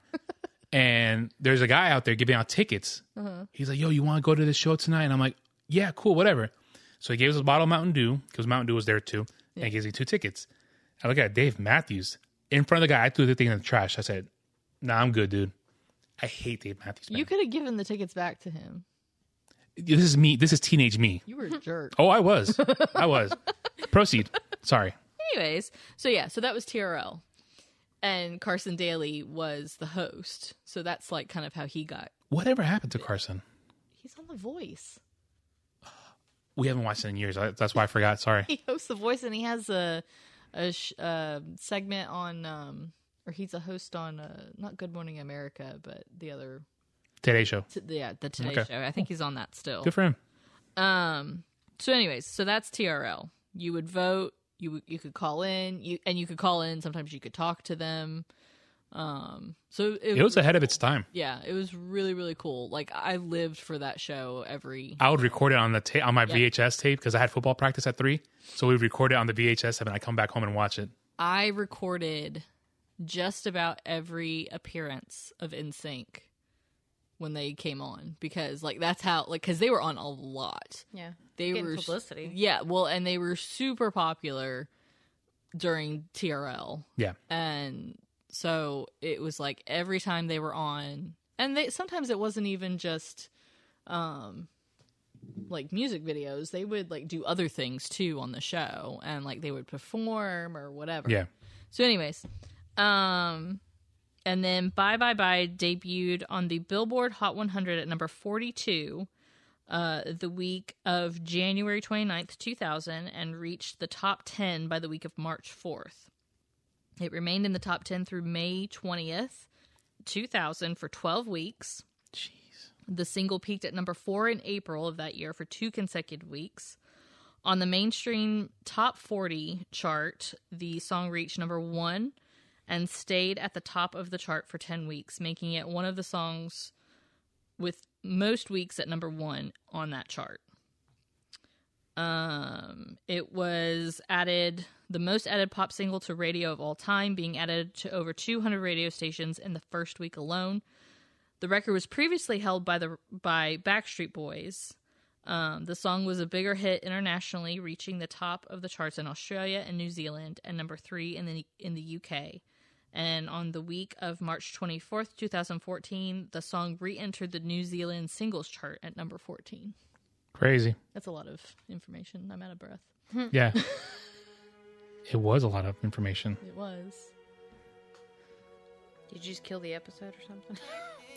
A: and there's a guy out there giving out tickets.
B: Uh-huh.
A: He's like, yo, you want to go to this show tonight? And I'm like, yeah, cool, whatever. So he gave us a bottle of Mountain Dew because Mountain Dew was there too. And he gives me two tickets. I look at Dave Matthews in front of the guy. I threw the thing in the trash. I said, nah, I'm good, dude. I hate Dave Matthews. Man.
B: you could have given the tickets back to him.
A: this is me. This is teenage me.
B: You were a jerk.
A: Oh, I was. I was. Proceed. Sorry.
B: Anyways, so yeah, so that was TRL. And Carson Daly was the host. So that's like kind of how he got.
A: Whatever happened to Carson?
B: He's on The Voice.
A: We haven't watched it in years. I, that's why I forgot. Sorry.
B: He hosts The Voice and he has a a sh- uh, segment on um or he's a host on uh, not Good Morning America, but the other
A: Today show.
B: t- yeah, the Today
A: Okay.
B: show. I think he's on that still.
A: Good for him.
B: Um. So, anyways, so that's TRL. You would vote. You would- you could call in. You and you could call in. Sometimes you could talk to them. Um. So
A: It was ahead of its time.
B: yeah, it was really really cool. Like I lived for that show every.
A: I would record it on the ta- on my VHS tape because I had football practice at three, so we'd record it on the VHS tape, and I come back home and watch it.
B: I recorded just about every appearance of NSYNC when they came on because like that's how like because they were on a lot.
C: Yeah,
B: They
C: Getting
B: were s-
C: publicity.
B: Yeah, well, and they were super popular during TRL.
A: Yeah,
B: and so it was like every time they were on and they sometimes it wasn't even just um like music videos they would like do other things too on the show and like they would perform or whatever
A: yeah.
B: so anyways um and then bye bye bye debuted on the billboard hot 100 at number 42 uh, the week of January 29th, 2000, and reached the top 10 by the week of March 4th. It remained in the top 10 through May 20th, 2000, for 12 weeks.
A: Jeez.
B: The single peaked at number four in April of that year for two consecutive weeks. On the mainstream top 40 chart, the song reached number one and stayed at the top of the chart for 10 weeks, making it one of the songs with most weeks at number one on that chart. Um, it was added the most added pop single to radio of all time, being added to over 200 radio stations in the first week alone. The record was previously held by the by Backstreet Boys. Um, the song was a bigger hit internationally, reaching the top of the charts in Australia and New Zealand, and number three in the in the UK. And on the week of March 24th, 2014, the song re-entered the New Zealand singles chart at number 14.
A: Crazy.
B: That's a lot of information. I'm out of breath.
A: Yeah. it was a lot of information.
B: It was.
C: Did you just kill the episode or something?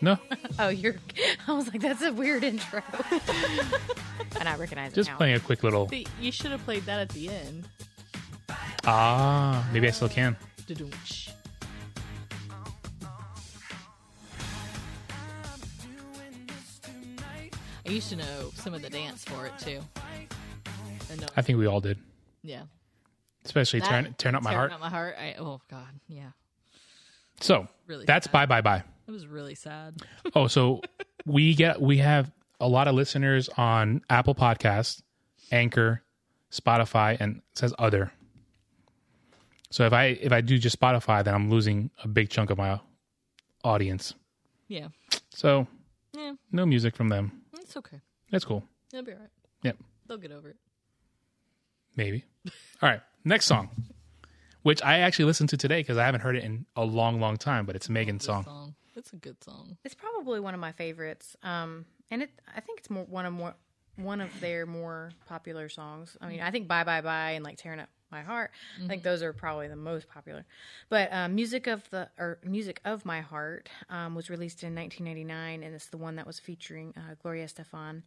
A: No,
C: Oh, you're. I was like, that's a weird intro. and I recognize
A: just
C: it now.
A: playing a quick little.
B: You should have played that at the end.
A: Ah, maybe I still can.
B: Da-doonch. I used to know some of the dance for it too. And no,
A: I think we all did,
B: yeah.
A: especially
B: That-
A: turn turn up my heart.
B: Tearing Up my heart. I, oh God, yeah.
A: So
B: Really
A: that's
B: sad.
A: bye bye bye.
B: It was really sad.
A: Oh, so we get we have a lot of listeners on Apple Podcasts, Anchor, Spotify, and it says other. So if I if I do just Spotify, then I'm losing a big chunk of my audience.
B: Yeah.
A: So
B: Yeah.
A: no music from them.
B: It's okay.
A: That's cool.
B: It'll be all right.
A: Yep.
B: They'll get over it.
A: Maybe. All right. Next song, which I actually listened to today because I haven't heard it in a long, long time, but it's Megan's
B: Good
A: song.
B: song. It's a good song.
C: It's probably one of my favorites. Um, and it, I think it's more one of more one of their more popular songs. I mean, I think "Bye Bye Bye" and like "Tearing Up My Heart." I think those are probably the most popular. But um, "Music of the" or "Music of My Heart" um, was released in 1999, and it's the one that was featuring uh, Gloria Estefan,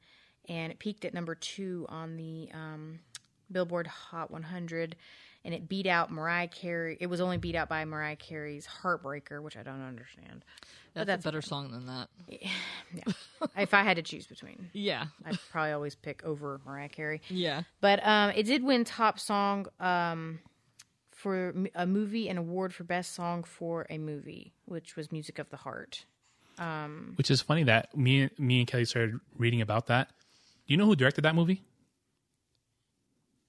C: and it peaked at number two on the um, Billboard Hot 100. And it beat out Mariah Carey. It was only beat out by Mariah Carey's "Heartbreaker," which I don't understand.
B: That's,
C: that's
B: a better song than that.
C: if I had to choose between,
B: Yeah.
C: I'd probably always pick over Mariah Carey.
B: Yeah.
C: But um, it did win top song um, for m- a movie and award for best song for a movie, which was Music of the Heart.
A: Which is funny that me me and Kelly started reading about that. Do you know who directed that movie?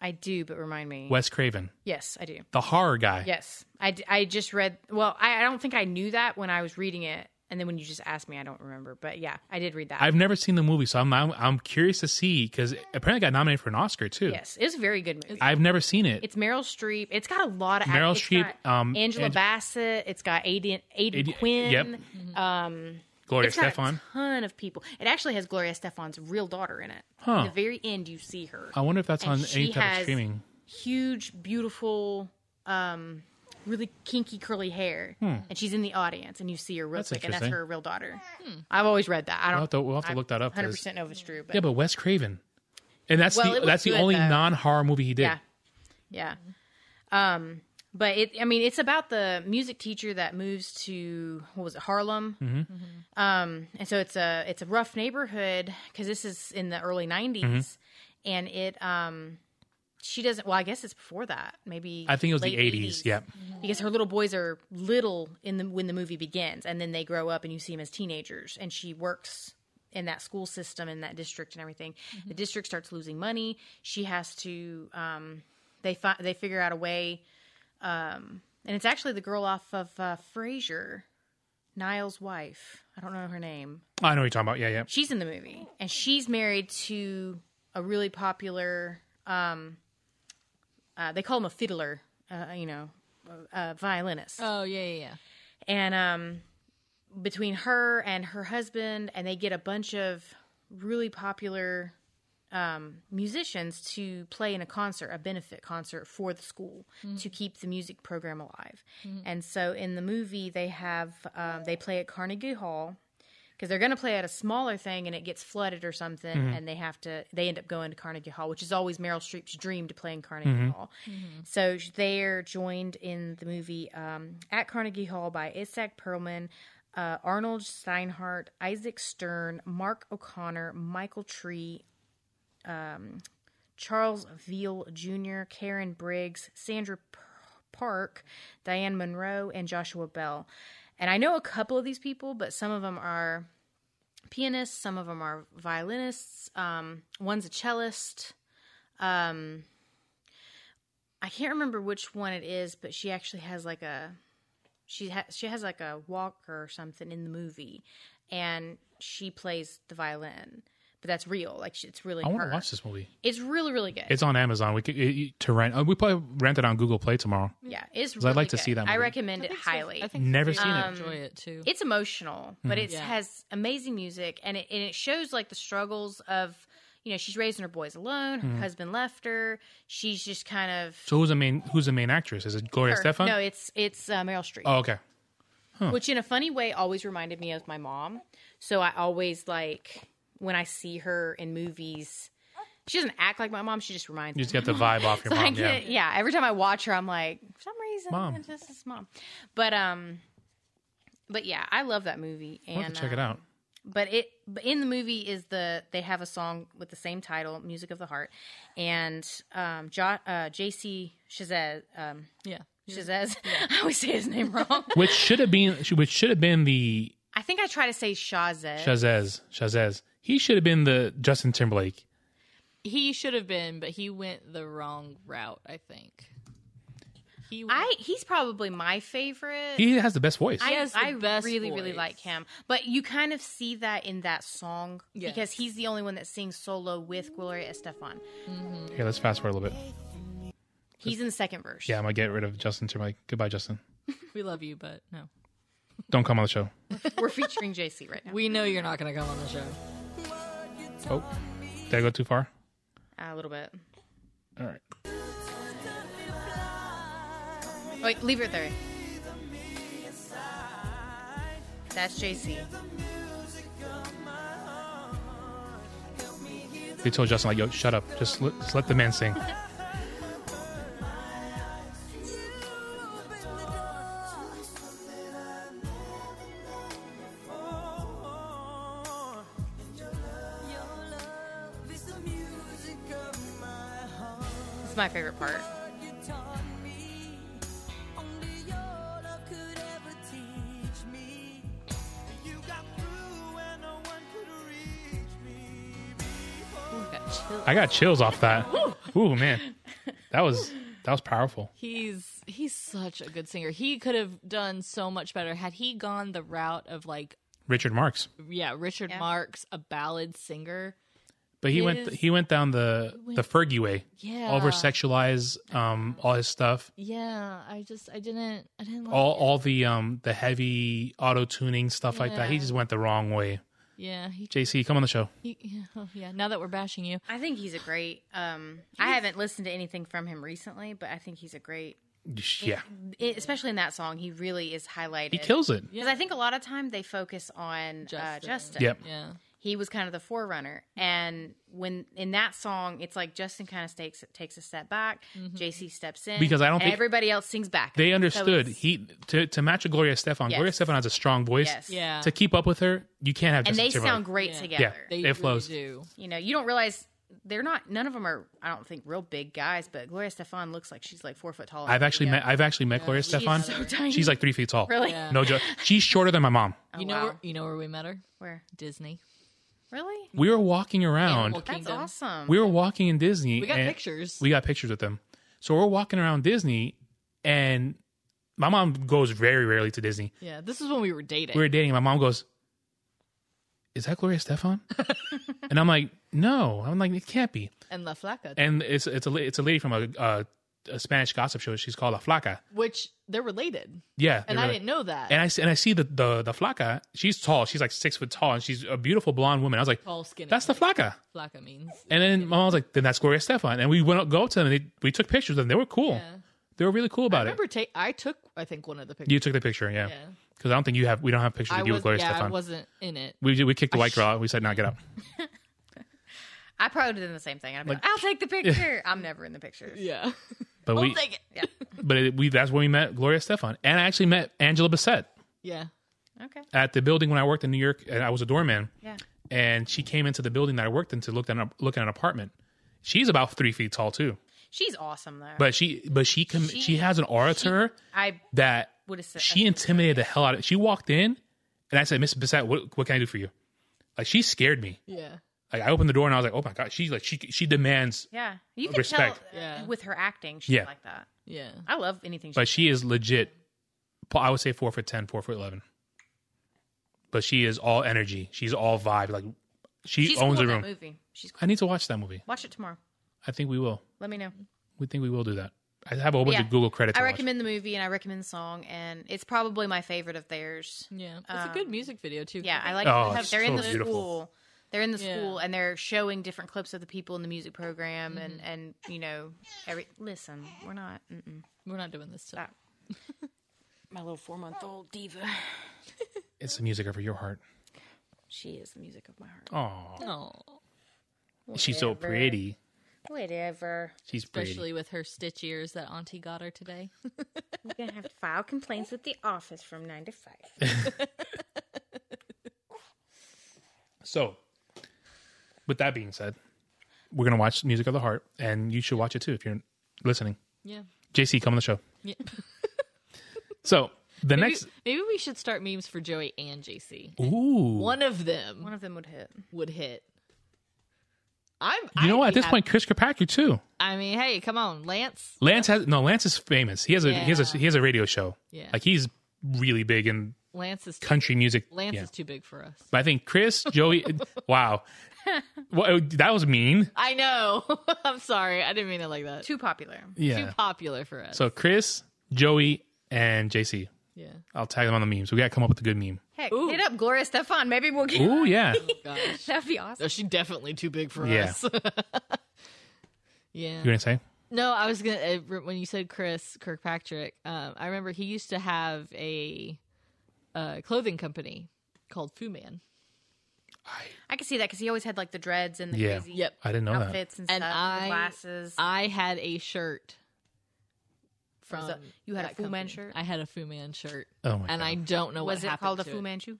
C: I do, but remind me.
A: Wes Craven,
C: Yes, I do.
A: the horror guy.
C: Yes, I, d- I just read. Well, I, I don't think I knew that when I was reading it, and then when you just asked me, I don't remember. But yeah, I did read that.
A: I've never seen the movie, so I'm I'm, I'm curious to see because apparently it got nominated for an Oscar too.
C: yes, it was a very good movie.
A: I've never seen it.
C: It's Meryl Streep. It's got a lot of
A: Meryl
C: it's
A: Streep,
C: got
A: um,
C: Angela
A: Ange-
C: Bassett. It's got Aiden, Aiden
A: Aiden-
C: Quinn.
A: yep.
C: Um,
A: Gloria
C: it's got
A: Stefan.
C: a ton of people. It actually has Gloria Stefan's real daughter in it.
A: Huh. Oh.
C: At the very end, you see her.
A: I wonder if that's
C: and
A: on
C: she
A: any type
C: has-
A: of streaming.
C: Huge, beautiful, um, really kinky curly hair, and she's in the audience, and you see her
A: Hmm.
C: real
A: That's
C: quick, and that's
A: interesting.
C: her real daughter. I've always read that. I
A: We'll
C: don't.
A: have to, we'll have to look that up.
C: Hundred
A: 'cause-
C: percent know if it's true, but
A: Yeah, but Wes Craven, and that's
C: Well, it
A: the
C: was
A: that's the
C: good,
A: only
C: though.
A: non horror movie he did.
C: Yeah. Yeah. Um, but it, I mean, it's about the music teacher that moves to what was it, Harlem? Um, and so it's a it's a rough neighborhood because this is in the early '90s,
A: Mm-hmm.
C: and it um, she doesn't. Well, I guess it's before that. Maybe
A: I think it was the
C: late
A: 80s, yep.
C: because her little boys are little in the when the movie begins, and then they grow up, and you see them as teenagers, and she works in that school system in that district and everything. The district starts losing money. She has to. Um, they fi- they figure out a way, um, and it's actually the girl off of uh, Frasier, Niall's wife. I don't know her name.
A: I know what you're talking about. Yeah, yeah.
C: She's in the movie, and she's married to a really popular. Um, uh, they call him a fiddler, uh, you know, uh, violinist
B: Oh yeah, yeah, yeah.
C: and um, between her and her husband, and they get a bunch of really popular um, musicians to play in a concert, a benefit concert for the school to keep the music program alive. And so in the movie, they have um, they play at Carnegie Hall because they're going to play at a smaller thing and it gets flooded or something and they have to they end up going to carnegie hall which is always meryl streep's dream to play in carnegie hall so sh- they're joined in the movie um, at carnegie hall by isaac perlman uh, arnold steinhardt isaac stern mark o'connor michael tree um, charles veal jr karen briggs sandra P- park diane monroe and joshua bell and I know a couple of these people, but some of them are pianists, some of them are violinists. Um, one's a cellist. Um, I can't remember which one it is, but she actually has like a she has she has like a walker or something in the movie, and she plays the violin. But that's real. Like she, it's really
A: I want
C: her.
A: to watch this movie.
C: It's really really good.
A: It's on Amazon. We could, it, it- to rent. Oh, we probably rent it on Google Play tomorrow.
C: Mm-hmm. yeah, it's.
A: 'Cause I'd
C: Really
A: like to
C: good.
A: see that
C: I
A: movie.
B: I
C: recommend it
B: think so.
C: highly.
B: I think
A: Never
B: Sophia
A: seen
B: would
C: it.
B: Enjoy it too.
C: it's emotional, but
A: Mm-hmm.
C: it
B: Yeah.
C: has amazing music, and it and it shows like the struggles of you know she's raising her boys alone.
A: Mm-hmm.
C: Her husband left her. She's just kind of
A: So who's the main? Who's the main actress? Is it Gloria
C: her-
A: Stefan?
C: No, it's it's uh, Meryl Streep,
A: Oh, okay.
C: which in a funny way always reminded me of my mom. So I always like when I see her in movies. She doesn't act like my mom. She just reminds
A: You
C: me.
A: just get the vibe off your
C: So I
A: mom. Yeah.
C: get- yeah. Every time I watch her, I'm like, for some reason,
A: Mom.
C: this is mom. But um, but yeah, I love that movie.
A: We'll
C: And
A: have to check it
C: um,
A: out.
C: but it but in the movie is the they have a song with the same title music of the heart and um jo- uh, jc Shazez, um
B: yeah.
C: Shazez, i always say his name wrong
A: Which should have been. Which should have been the
C: i think i try to say Shazez.
A: Shazez. Shazez. He should have been the Justin Timberlake.
B: He should have been, but he went the wrong route. I think. He. went-
C: i he's probably my favorite
A: He has the best voice.
C: I,
B: has the
C: I
B: best
C: really really
B: voice.
C: like him but you kind of see that in that song
B: Yes.
C: because he's the only one that sings solo with gloria estefan
A: Here, let's fast forward a little bit.
C: he's in the second verse
A: Yeah, I'm gonna get rid of Justin Timberlake. Goodbye, Justin.
B: We love you, but no.
A: Don't come on the show.
C: we're featuring jc right now
B: We know you're not going to come on the show.
A: Oh, did I go too far?
C: Uh, a little bit
A: All right.
C: Wait, leave it there. That's JC.
A: They told Justin like, "Yo, shut up. Just let, just let the man sing."
C: It's my favorite part.
A: I got chills off that. Ooh, man, that was that was powerful.
B: He's he's such a good singer. He could have done so much better had he gone the route of like
A: Richard Marks,
B: yeah Richard
C: Yeah.
B: Marx, a ballad singer.
A: but he went
B: His-
A: he went down the the Fergie way,
B: Yeah,
A: over sexualize um all his stuff,
B: Yeah, I just I didn't I didn't like
A: all
B: it.
A: all the um the heavy auto tuning stuff like that. He
B: Yeah.
A: just went the wrong way.
B: Yeah, he,
A: JC, come on the show.
B: he yeah, oh, yeah. Now that we're bashing you,
C: I think he's a great. Um, I haven't listened to anything from him recently, but I think he's a great.
A: Yeah,
C: It, especially in that song, he really is highlighted.
A: he kills it.
C: Because I think a lot of time they focus on Justin. Uh,
B: Justin.
C: Justin.
A: Yep.
B: yeah,
C: He was kind of the forerunner, and when in that song, it's like Justin kind of takes takes a step back.
B: Mm-hmm.
C: JC steps in
A: Because I don't
C: and
A: think-
C: everybody else sings back.
A: They
C: So
A: understood
C: it's-
A: he to to match a Gloria Stefan.
C: Yes.
A: Gloria Stefan has a strong voice.
C: Yes.
B: yeah.
A: To keep up with her, you can't have
C: and
A: Justin
C: they
A: Timberlake.
C: sound great
B: Yeah.
C: together.
B: they
A: It flows.
B: Really do.
C: you know, you don't realize they're not. None of them are. I don't think real big guys, but Gloria Stefan looks like she's like four foot tall.
A: I've actually met I've actually met Gloria Stefan.
C: so tiny.
A: She's like three feet tall.
C: really
B: Yeah.
A: No joke. She's shorter than my mom.
B: you know
C: Oh, wow.
B: where, you know where we met her?
C: where
B: Disney.
C: really
A: We were walking around.
B: Animal
C: that's
B: Kingdom.
C: awesome.
A: We were walking in Disney.
B: We got
A: and
B: pictures.
A: We got pictures with them. So we're walking around Disney, and my mom goes very rarely to Disney.
B: yeah, this is when we were dating.
A: We were dating. And my mom goes, "Is that Gloria Stefan?" and I'm like, "No." I'm like, "It can't be."
B: and La Flaca,
A: And it's it's a la- it's a lady from a, a, a Spanish gossip show. She's called La Flaca.
B: which they're related,
A: Yeah,
B: and
A: they're
B: I
A: really-
B: didn't know that.
A: And I see- and I see the the the flaca. She's tall. She's like six foot tall, and she's a beautiful blonde woman. I was like,
B: Tall, skinny.
A: that's the flaca.
B: Flaca means.
A: And then my mom was like, then that's Gloria Stefan. And we went up, go up to them and they, we took pictures of them. They were cool.
B: Yeah.
A: They were really cool
B: I
A: about it.
B: remember ta- I took I think one of the pictures.
A: You took the picture, yeah.
B: Yeah.
A: Because I don't think you have. We don't have pictures
B: I
A: of you
B: was
A: with Gloria
B: yeah, I
A: Stefan.
B: wasn't in it.
A: we we kicked the white girl out. We said, nah, get up.
C: I probably would have done the same thing. I'd be like, I'll take the picture. I'm never in the pictures.
B: Yeah.
A: But
B: We'll
A: we
B: take it.
C: Yeah.
A: but it, we that's when we met Gloria Stefan, and I actually met Angela Bassett
B: Yeah.
C: Okay.
A: at the building when I worked in New York, and I was a doorman.
C: Yeah.
A: And she came into the building that I worked in to look at an, look at an apartment. She's about three feet tall too.
C: She's awesome though.
A: But she, but she, com- she,
C: She-
A: has an aura
C: She-
A: to her
C: I
A: that
C: would have said
A: she intimidated the hell out of. She walked in, and I said, "Miss Bissett, what, what can I do for you?" Like she scared me.
B: Yeah.
A: Like I opened the door and I was like, oh my god, she's like she she demands,
C: Yeah, you can
A: Respect.
C: tell uh,
B: Yeah.
C: with her acting, she's
A: Yeah.
C: like that.
B: Yeah.
C: I love anything.
A: but she is legit. I would say four foot ten, four foot eleven. But she is all energy. She's all vibe. Like she owns
C: she's cool
A: the
C: in
A: room.
C: that movie. She's cool.
A: I need to watch that movie.
C: watch it tomorrow.
A: I think we will.
C: Let me know.
A: We think we will do that. I have a whole bunch
C: Yeah.
A: of Google credits.
C: I
A: to watch.
C: recommend the movie and I recommend the song, and it's probably my favorite of theirs.
B: Yeah. It's a good music video too.
C: Yeah, I like.
A: Oh,
C: they
A: it's
C: they're in
A: so
C: the
A: beautiful.
C: school. They're in the
B: Yeah.
C: school and they're showing different clips of the people in the music program and and you know every. Listen, we're not. Mm-mm.
B: We're not doing this today.
C: Stop. My little four month old diva.
A: It's the music over your heart.
C: She is the music of my heart.
A: Oh,
B: Oh.
A: she's so
C: Whatever.
A: pretty.
C: Whatever.
A: She's pretty.
B: Especially with her stitch ears that Auntie got her today.
C: We're gonna have to file complaints with the office from nine to five.
A: So, with that being said, we're gonna watch Music of the Heart, and you should watch it too if you're listening.
B: Yeah.
A: JC, come on the show.
B: yeah.
A: So the
B: Maybe,
A: next,
B: maybe we should start memes for Joey and JC.
A: ooh,
B: One of them
C: One of them would hit.
B: would hit. I'm.
A: you know
B: I'd
A: what? At
B: be
A: this
B: happy-
A: point, Chris Kirkpatrick too.
B: I mean, hey, come on, Lance.
A: Lance has no. Lance is famous. He has a he has a he has a radio show.
B: Yeah.
A: like he's really big in
B: Lance is
A: country music.
B: Lance
A: yeah.
B: is too big for us.
A: But I think Chris, Joey, wow, well, that was mean.
B: I know. I'm sorry. I didn't mean it like that. Too,
C: Too popular.
A: Yeah.
B: popular for us.
A: So Chris, Joey, and JC.
B: yeah.
A: I'll tag them on the memes. We gotta come up with a good meme.
C: Heck,
B: Ooh.
C: hit up Gloria Stefan. Maybe we'll get.
A: Ooh, yeah.
B: Gosh.
C: That'd be awesome.
B: No, she's definitely too big for
A: Yeah.
B: us. yeah.
A: You gonna say?
B: No, I was gonna uh, re- when you said Chris Kirkpatrick. Um, I remember he used to have a uh, clothing company called Fu Man.
C: I could see that because he always had like the dreads and the
A: Yeah.
C: crazy
B: Yep.
A: I didn't know that.
C: outfits and stuff,
B: And
C: and
B: I-
C: the glasses.
B: I had a shirt from
C: Was it- you had a
B: that
C: Fu Man
B: company.
C: shirt?
B: I had a Fu Man shirt,
A: Oh my
B: and
A: god.
B: I don't know
C: was
B: what
C: it
B: happened
C: called a
B: to
C: Fu Manchu?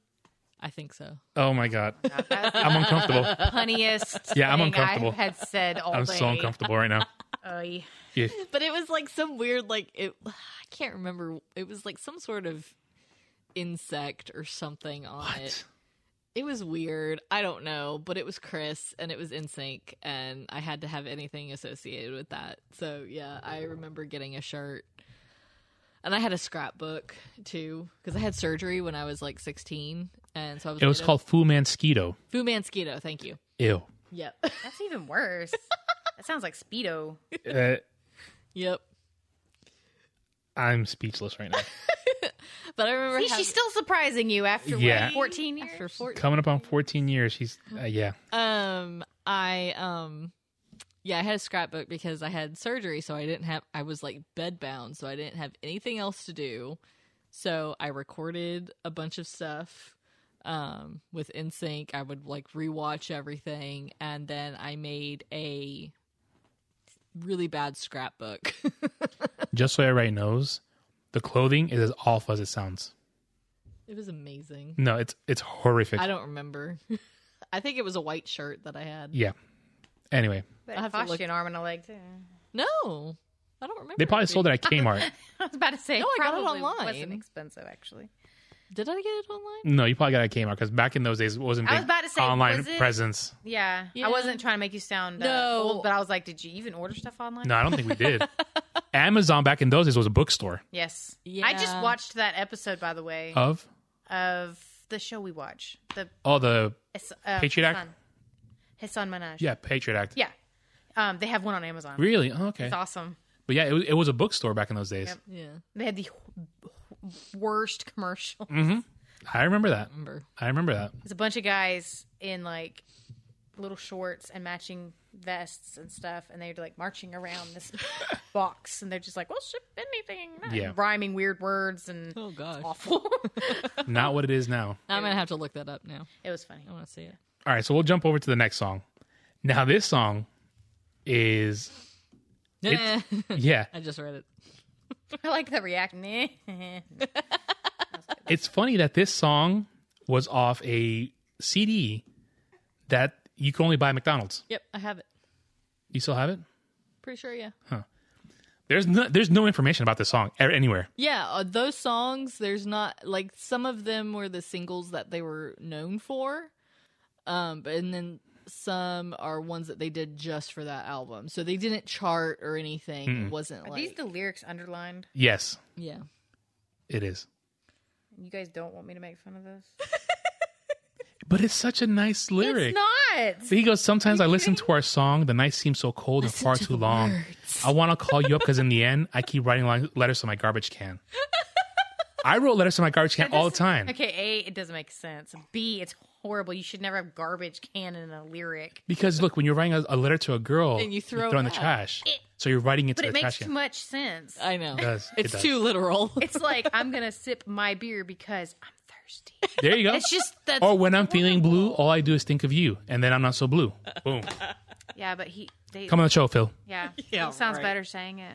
B: I think so.
A: Oh my god.
C: That's the
A: I'm uncomfortable.
C: punniest.
A: Yeah, I'm
C: thing
A: uncomfortable.
C: I had said all
A: I'm
C: day.
A: so uncomfortable right now.
C: Oy.
A: Yeah.
B: But it was like some weird, like it. I can't remember. It was like some sort of insect or something on it.
A: What?
B: It was weird. I don't know, but it was Chris and it was in sync, and I had to have anything associated with that. So yeah, I remember getting a shirt, and I had a scrapbook too because I had surgery when I was like sixteen, and so I was.
A: It was
B: made of-
A: called Fu Mansquito.
B: Fu Mansquito. Thank you.
A: Ew.
B: Yep.
C: That's even worse. that sounds like speedo.
A: Uh,
B: yep.
A: I'm speechless right now.
B: But I remember
C: See,
B: having-
C: she's still surprising you after
A: Yeah.
C: what, 14 years.
B: after four.
A: Coming up on 14 years, she's uh, yeah.
B: Um, I um, yeah, I had a scrapbook because I had surgery, so I didn't have. I was like bed bound, so I didn't have anything else to do. So I recorded a bunch of stuff um with NSYNC. I would like rewatch everything, and then I made a really bad scrapbook.
A: Just so everybody knows, the clothing is as awful as it sounds.
B: it was amazing.
A: No, it's it's horrific.
B: I don't remember. I think it was a white shirt that I had.
A: Yeah. Anyway,
C: That
B: I'll have to
C: cost
B: look.
C: you an arm and a leg, too.
B: No, I don't remember.
A: they probably
B: it being-
A: sold it at Kmart.
C: I was about to say,
B: No, I got it
C: probably
B: online.
C: wasn't expensive, actually.
B: Did I get it online?
A: No, you probably got it at Kmart because back in those days, it wasn't
C: I
A: big
C: was about to say,
A: online
C: was it-
A: presence.
C: Yeah.
B: Yeah.
C: I wasn't trying to make you sound uh,
B: No.
C: old, but I was like, did you even order stuff online?
A: No, I don't think we did. Amazon back in those days was a bookstore
C: Yes. I just
B: Yeah.
C: watched that episode, by the way,
A: of
C: of the show we watch. The
A: all the
C: Hes- uh,
A: Patriot Act?
C: Hassan, Hassan Minaj.
A: yeah Patriot Act.
C: Yeah. Um, they have one on Amazon.
A: Really? Oh, okay.
C: It's awesome.
A: But yeah, it was, it was a bookstore back in those days.
C: Yep.
B: Yeah,
C: They had the wh- worst commercial.
A: Mm. I remember that.
B: remember.
A: I remember that.
C: It's a bunch of guys in like little shorts and matching vests and stuff, and they're like marching around this box, and they're just like, "Well, ship anything,"
A: Yeah.
C: rhyming weird words and
B: Oh gosh.
C: awful.
A: Not what it is now.
B: I'm gonna have to look that up now.
C: it was funny.
B: I want to see it.
A: All right, so we'll jump over to the next song. Now this song is
B: Nah.
A: yeah,
B: I just read it.
C: I like the react. Nah.
A: it's funny that this song was off a CD that you can only buy at McDonald's.
B: Yep, I have it.
A: You still have it?
B: Pretty sure, yeah.
A: There's no there's no information about this song a- anywhere.
B: Yeah, uh, those songs. There's not like some of them were the singles that they were known for, um, but and then some are ones that they did just for that album. So they didn't chart or anything. It wasn't
C: Are
B: like
C: these the lyrics underlined?
A: Yes,
B: yeah.
A: it is.
C: You guys don't want me to make fun of this?
A: But it's such a nice lyric.
C: It's not.
A: But he goes, Sometimes I listen to our song. The night seems so cold and far
B: to
A: too
B: the
A: long.
B: words."
A: I want to call you up because in the end, I keep writing li- letters to my garbage can. I wrote letters to my garbage can all the time
C: Okay, A, it doesn't make sense. B, it's horrible. You should never have garbage can in a lyric.
A: because look, when you're writing a, a letter to a girl,
B: And you throw
A: in the
B: it out.
A: trash. so you're writing it
C: But
A: to
C: it
A: the
C: makes
A: trash
C: too
A: can.
C: much sense.
B: I know.
A: It does. It
B: It's
A: does.
B: too literal.
C: It's like I'm gonna sip my beer because I'm thirsty.
A: There you go.
C: It's just that.
A: or Oh, when I'm feeling blue, all I do is think of you, and then I'm not so blue. Boom.
C: yeah, but he. They,
A: Come on the show, Phil.
C: Yeah,
B: Yeah,
C: it sounds
B: right.
C: better saying it.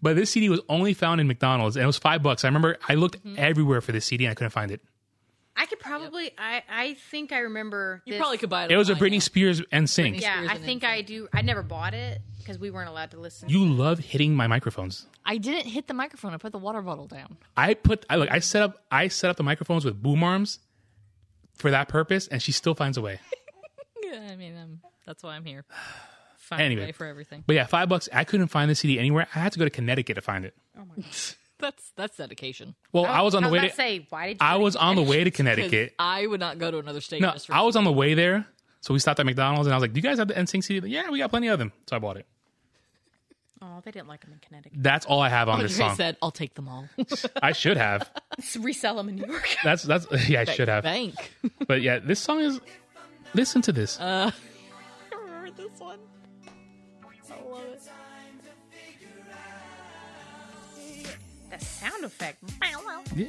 A: But this CD was only found in McDonald's, and it was five bucks. I remember I looked everywhere for this CD, and I couldn't find it.
C: I could probably. I I think I remember.
B: you
C: this-
B: probably could buy it.
A: It was a
B: online
A: Britney Spears and Sync.
B: Britney-
C: Yeah,
B: Spears
C: I
B: and
C: think I do. I never bought it because we weren't allowed to listen.
A: You love hitting my microphones.
B: now. I didn't hit the microphone. I put the water bottle down.
A: I put I look I set up I set up the microphones with boom arms for that purpose, and she still finds a way.
B: Yeah, I mean, um, that's why I'm here. Find
A: Anyway.
B: a way for everything.
A: But yeah, five bucks. I couldn't find the CD anywhere. I had to go to Connecticut to find it.
B: That's that's dedication.
A: Well, Oh, I was on the way
C: about
A: to
C: say why did you
A: I was on the way to
B: 'Cause
A: Connecticut.
B: I would not go to another state.
A: No,
B: just for
A: I was on the way there, so we stopped at McDonald's, and I was like, "Do you guys have the NSYNC CD?" Yeah, we got plenty of them, so I bought it.
C: Oh, they didn't like them in Connecticut.
A: That's all I have on
B: But
A: this
B: you
A: song.
B: said, "I'll take them all."
A: I should have.
C: resell them in New York.
A: That's that's yeah, I should have.
B: Bank.
A: But yeah, this song is. Listen to this.
B: Uh, I remember this one. I love it.
C: the sound effect.
A: Yeah.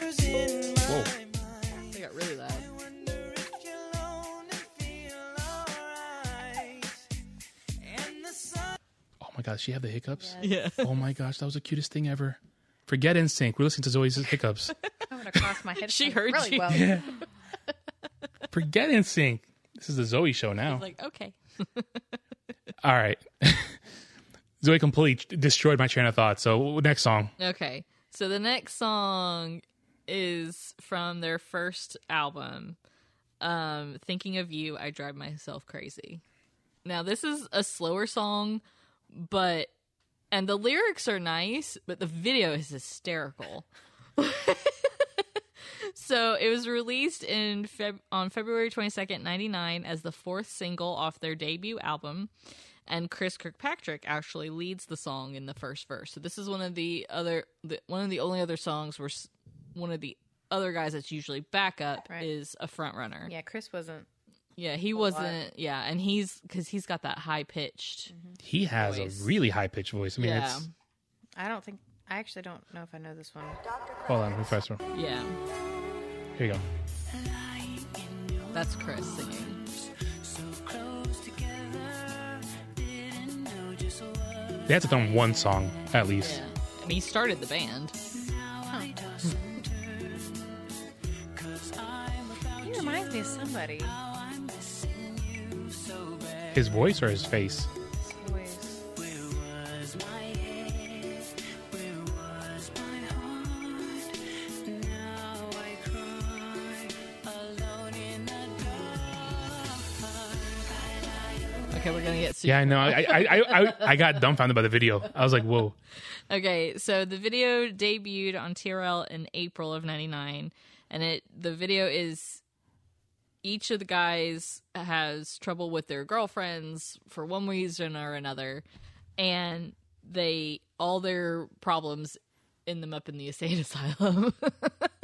A: Whoa.
B: They got really loud.
A: Oh my gosh, she had the hiccups.
B: Yeah.
A: Oh my gosh, that was the cutest thing ever. Forget NSYNC. We're listening to Zoe's hiccups.
C: I'm gonna cross my head.
B: She heard
C: really
B: you.
C: well.
A: Forget NSYNC. This is the Zoe show now.
B: Like, okay.
A: All right. Zoe completely destroyed my train of thought. So next song.
B: Okay. So the next song is from their first album, um, Thinking of You, I Drive Myself Crazy. Now, this is a slower song, but, and the lyrics are nice, but the video is hysterical. so it was released in Feb- on February 22nd, 99, as the fourth single off their debut album and Chris Kirkpatrick actually leads the song in the first verse. So this is one of the other, the, one of the only other songs where s- one of the other guys that's usually backup
C: Right.
B: is a front runner. Yeah,
C: Yeah, Chris wasn't.
B: he wasn't. Yeah, and he's because he's got that high pitched.
A: He has
B: Voice.
A: a really high pitched voice. I mean,
B: Yeah.
A: it's.
C: I don't think. I actually don't know if I know this one.
A: Hold on, refresh one.
B: Yeah,
A: Here you go.
B: that's Chris singing.
A: They have to throw in one song at least.
B: Yeah, I mean he started the band.
C: He reminds me of somebody.
A: His voice or his face?
C: Always.
B: Okay, we're gonna get super
A: Yeah, I know. I I, I, I I got dumbfounded by the video. I was like, whoa.
B: Okay, so the video debuted on TRL in April of '99, and it the video is each of the guys has trouble with their girlfriends for one reason or another, and they all their problems end them up in the insane asylum,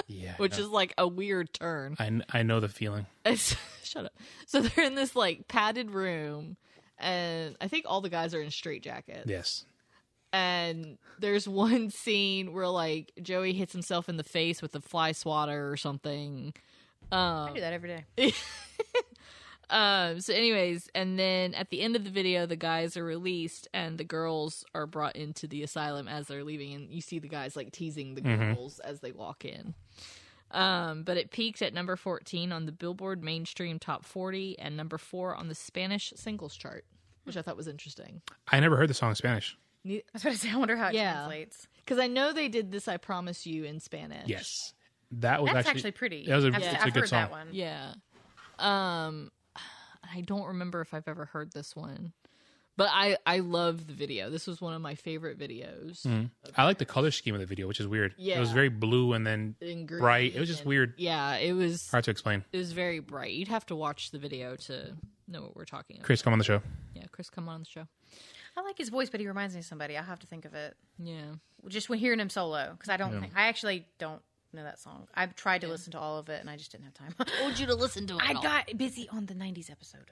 A: Yeah.
B: which is like a weird turn.
A: I, kn- I know the feeling.
B: It's- Shut up. So they're in this like padded room, and I think all the guys are in straitjackets
A: Yes.
B: and there's one scene where like Joey hits himself in the face with a fly swatter or something.
C: I do that every day.
B: Um so anyways, and then at the end of the video the guys are released and the girls are brought into the asylum as they're leaving and you see the guys like teasing the girls as they walk in. Um but it peaked at number 14 on the Billboard Mainstream Top 40 and number 4 on the Spanish Singles Chart, which I thought was interesting.
A: I never heard the song in Spanish.
B: Because
C: That's what I say. I wonder how it
B: Yeah.
C: translates.
B: I know they did this. I promise you in Spanish.
A: Yes, that was
C: That's actually,
A: actually,
C: pretty.
A: that was a-
C: I've,
B: it's a
C: I've
A: good
C: heard
A: song.
C: that one.
B: Yeah. Um, I don't remember if I've ever heard this one, but I I love the video. This was one of my favorite videos.
A: Mhm. I like the color scheme of the video, which is weird. it was
B: Yeah.
A: very blue and then
B: In green
A: bright. It was just
B: and-
A: weird,
B: Yeah, it was
A: hard to explain.
B: it was very bright. You'd have to watch the video to know what we're talking about.
A: Chris, come on the show.
B: Yeah, Chris, come on the show.
C: I like his voice, but he reminds me of somebody. I'll have to think of it.
B: Yeah,
C: Just when hearing him solo, because I don't think, I actually don't know that song. I've tried to listen to all of it and I just didn't have time.
B: told you to listen to it.
C: I got busy on the 90s episode.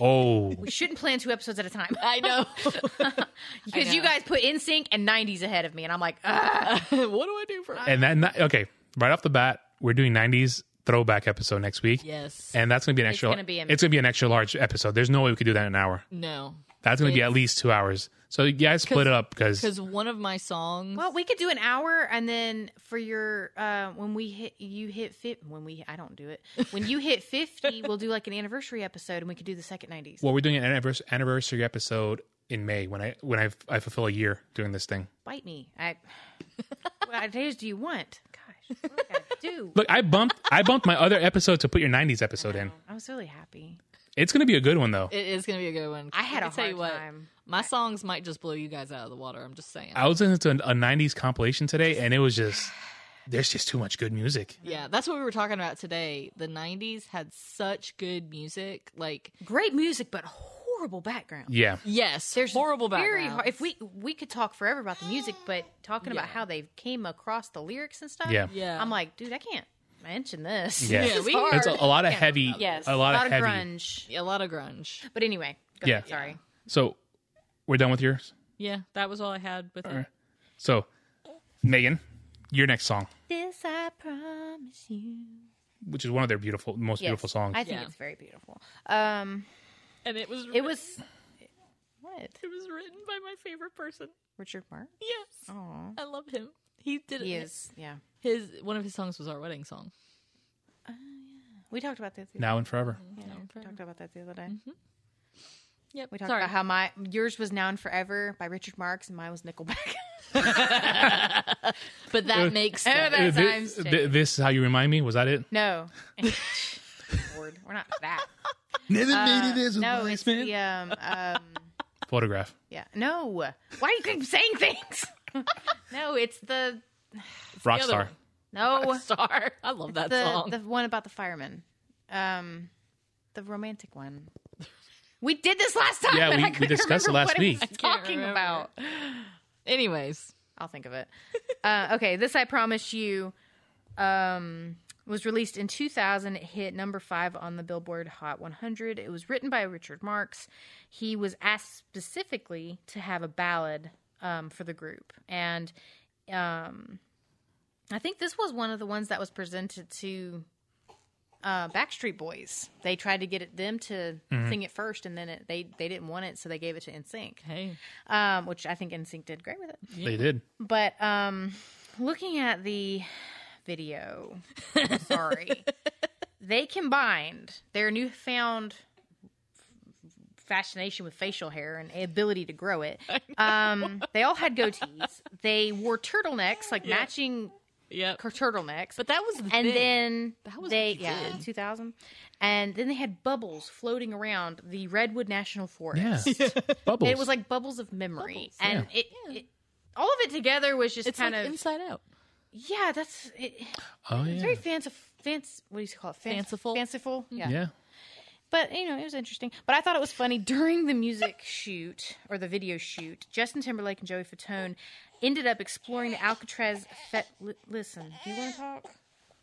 A: Oh,
C: we shouldn't plan two episodes at a time.
B: I know.
C: Because you
B: know.
C: guys put in sync and 90s ahead of me. And I'm like, ah.
B: what do I do for?
A: and that ni- okay. Right off the bat, we're doing '90s throwback episode next week,
B: yes.
A: and that's gonna be an extra.
C: gonna be a-
A: it's gonna be an extra large episode. There's no way we could do that in an hour.
B: no.
A: That's gonna be
B: It's-
A: at least two hours. So you guys split it up because
B: Because one of my songs.
C: Well, we could do an hour, and then for your uh, when we hit you hit fit when we I don't do it when you hit fifty, we'll do like an anniversary episode, and we could do the second nineties.
A: well, we're doing an annivers- anniversary episode in May when I when I I fulfill a year doing this thing.
C: Bite me! I what days do you want? Gosh, what did I do?
A: Look, I bumped I bumped my other episode to put your '90s episode in.
C: I was really happy.
A: It's gonna be a good one though.
B: it is going to be a good one.
C: I
B: Let
C: had a
B: me tell
C: hard
B: you what,
C: time.
B: My songs might just blow you guys out of the water. I'm just saying.
A: I was listening to a, a '90s compilation today, and it was just there's just too much good music.
B: yeah, that's what we were talking about today. The 90s had such good music. Like,
C: Great music, but horrible background.
A: Yeah,
B: yes, there's horrible
C: Very
B: background.
C: hard. If we we could talk forever about the music, but talking about
B: Yeah.
C: how they came across the lyrics and stuff.
A: Yeah.
B: Yeah.
C: I'm like, dude, I can't mention this.
A: Yeah.
C: This is
B: we-
C: hard.
A: it's a, a lot of heavy.
C: yes,
A: a lot, of, heavy.
C: grunge.
B: a lot of grunge.
C: But anyway, go
A: Yeah.
C: ahead, sorry.
A: So we're done with yours.
B: Yeah, that was all I had with it.
A: So Megan, your next song,
C: This I promise you.
A: which is one of their beautiful, most beautiful songs.
C: I think
B: Yeah.
C: it's very beautiful. Um,
B: And it was
C: it was what
B: it was written by my favorite person.
C: Richard Mark.
B: Yes,
C: Oh,
B: I love him. He did
C: he
B: it.
C: is. Yeah,
B: His one of his songs was our wedding song.
C: we talked about that. The
A: now and forever.
C: yeah, we talked about that the other day.
B: Yep.
C: We talked
B: Sorry.
C: about how my yours was now and forever by Richard Marks and mine was Nickelback.
B: but that makes
C: Oh,
B: sense.
C: that's
A: Thi-
C: I'm
A: thi-
C: shaking.
A: this is how you remind me. Was that it?
C: no, Lord, we're not that.
A: Never
C: Uh, no, it's the um, um,
A: Photograph.
C: yeah. No, why do you keep saying things? no, it's the
B: other
A: Rockstar.
B: one.
C: no.
B: Star. I love that
C: the
B: song.
C: the one about the fireman, um, the romantic one. We did this last time.
A: Yeah,
C: and
A: we-
C: I
A: we
C: couldn't
A: discussed it
C: remember
A: last
C: what
A: week.
C: was
A: I
B: can't
C: talking
B: remember.
C: about.
B: Anyways,
C: I'll think of it. Uh, okay, this I promise you um, was released in 2000. It hit number five on the Billboard Hot 100. It was written by Richard Marx. He was asked specifically to have a ballad um, for the group, and um, I think this was one of the ones that was presented to. Uh, Backstreet Boys. They tried to get it, them to sing it first, and then it, they they didn't want it, so they gave it to NSYNC,
B: hey,
C: um, which I think NSYNC did great with it.
A: They did.
C: But um looking at the video, sorry. they combined their newfound fascination with facial hair and ability to grow it. Um they all had goatees. They wore turtlenecks, like matching
B: yep.
C: cur- turtlenecks.
B: But that was the
C: and
B: thing.
C: then
B: That was
C: they
B: what you
C: yeah,
B: did.
C: 2000. And then they had bubbles floating around the Redwood National Forest.
A: Yeah. Bubbles.
C: It was like bubbles of memory,
B: Bubbles,
C: and it, it all of it together was just
B: it's
C: kind
B: like
C: of
B: Inside Out.
C: yeah. That's it,
A: oh
C: it's
A: yeah.
C: very fancy, fancy. What do you call it? Fanc-
B: Fanciful?
C: fanciful. Yeah.
A: Yeah.
C: but you know it was interesting. But I thought it was funny during the music shoot or the video shoot. Justin Timberlake and Joey Fatone ended up exploring the Alcatraz. Fe- li- listen, do you want to talk?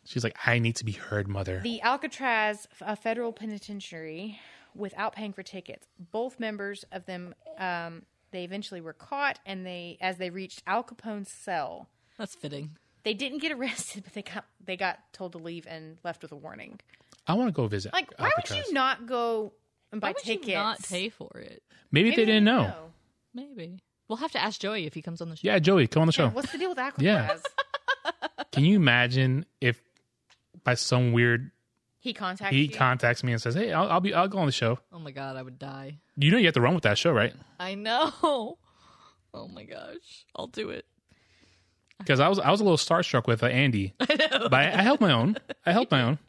A: She's like, I need to be heard, mother.
C: The Alcatraz uh, Federal Penitentiary without paying for tickets. Both members of them, um, they eventually were caught, and they as they reached Al Capone's cell,
B: That's fitting.
C: they didn't get arrested, but they got they got told to leave and left with a warning.
A: I want to go visit.
C: Like, why would
A: Alcatraz.
C: you not go and buy
B: Why would
C: tickets?
B: you not pay for it?
A: Maybe,
C: Maybe
A: they didn't know.
B: Maybe we'll have to ask Joey if he comes on the show.
A: Yeah, Joey, come on the show.
C: What's the deal with Alcatraz?
A: Yeah. Can you imagine if by some weird
C: He contacted
A: he
C: you.
A: contacts me and says, "Hey, I'll, I'll be I'll go on the show."
B: Oh my god, I would die.
A: You know you have to run with that show, right?
B: I know. Oh my gosh. I'll do it.
A: because I was I was a little starstruck with uh, Andy,
B: I know.
A: but I, I held my own. I held my own.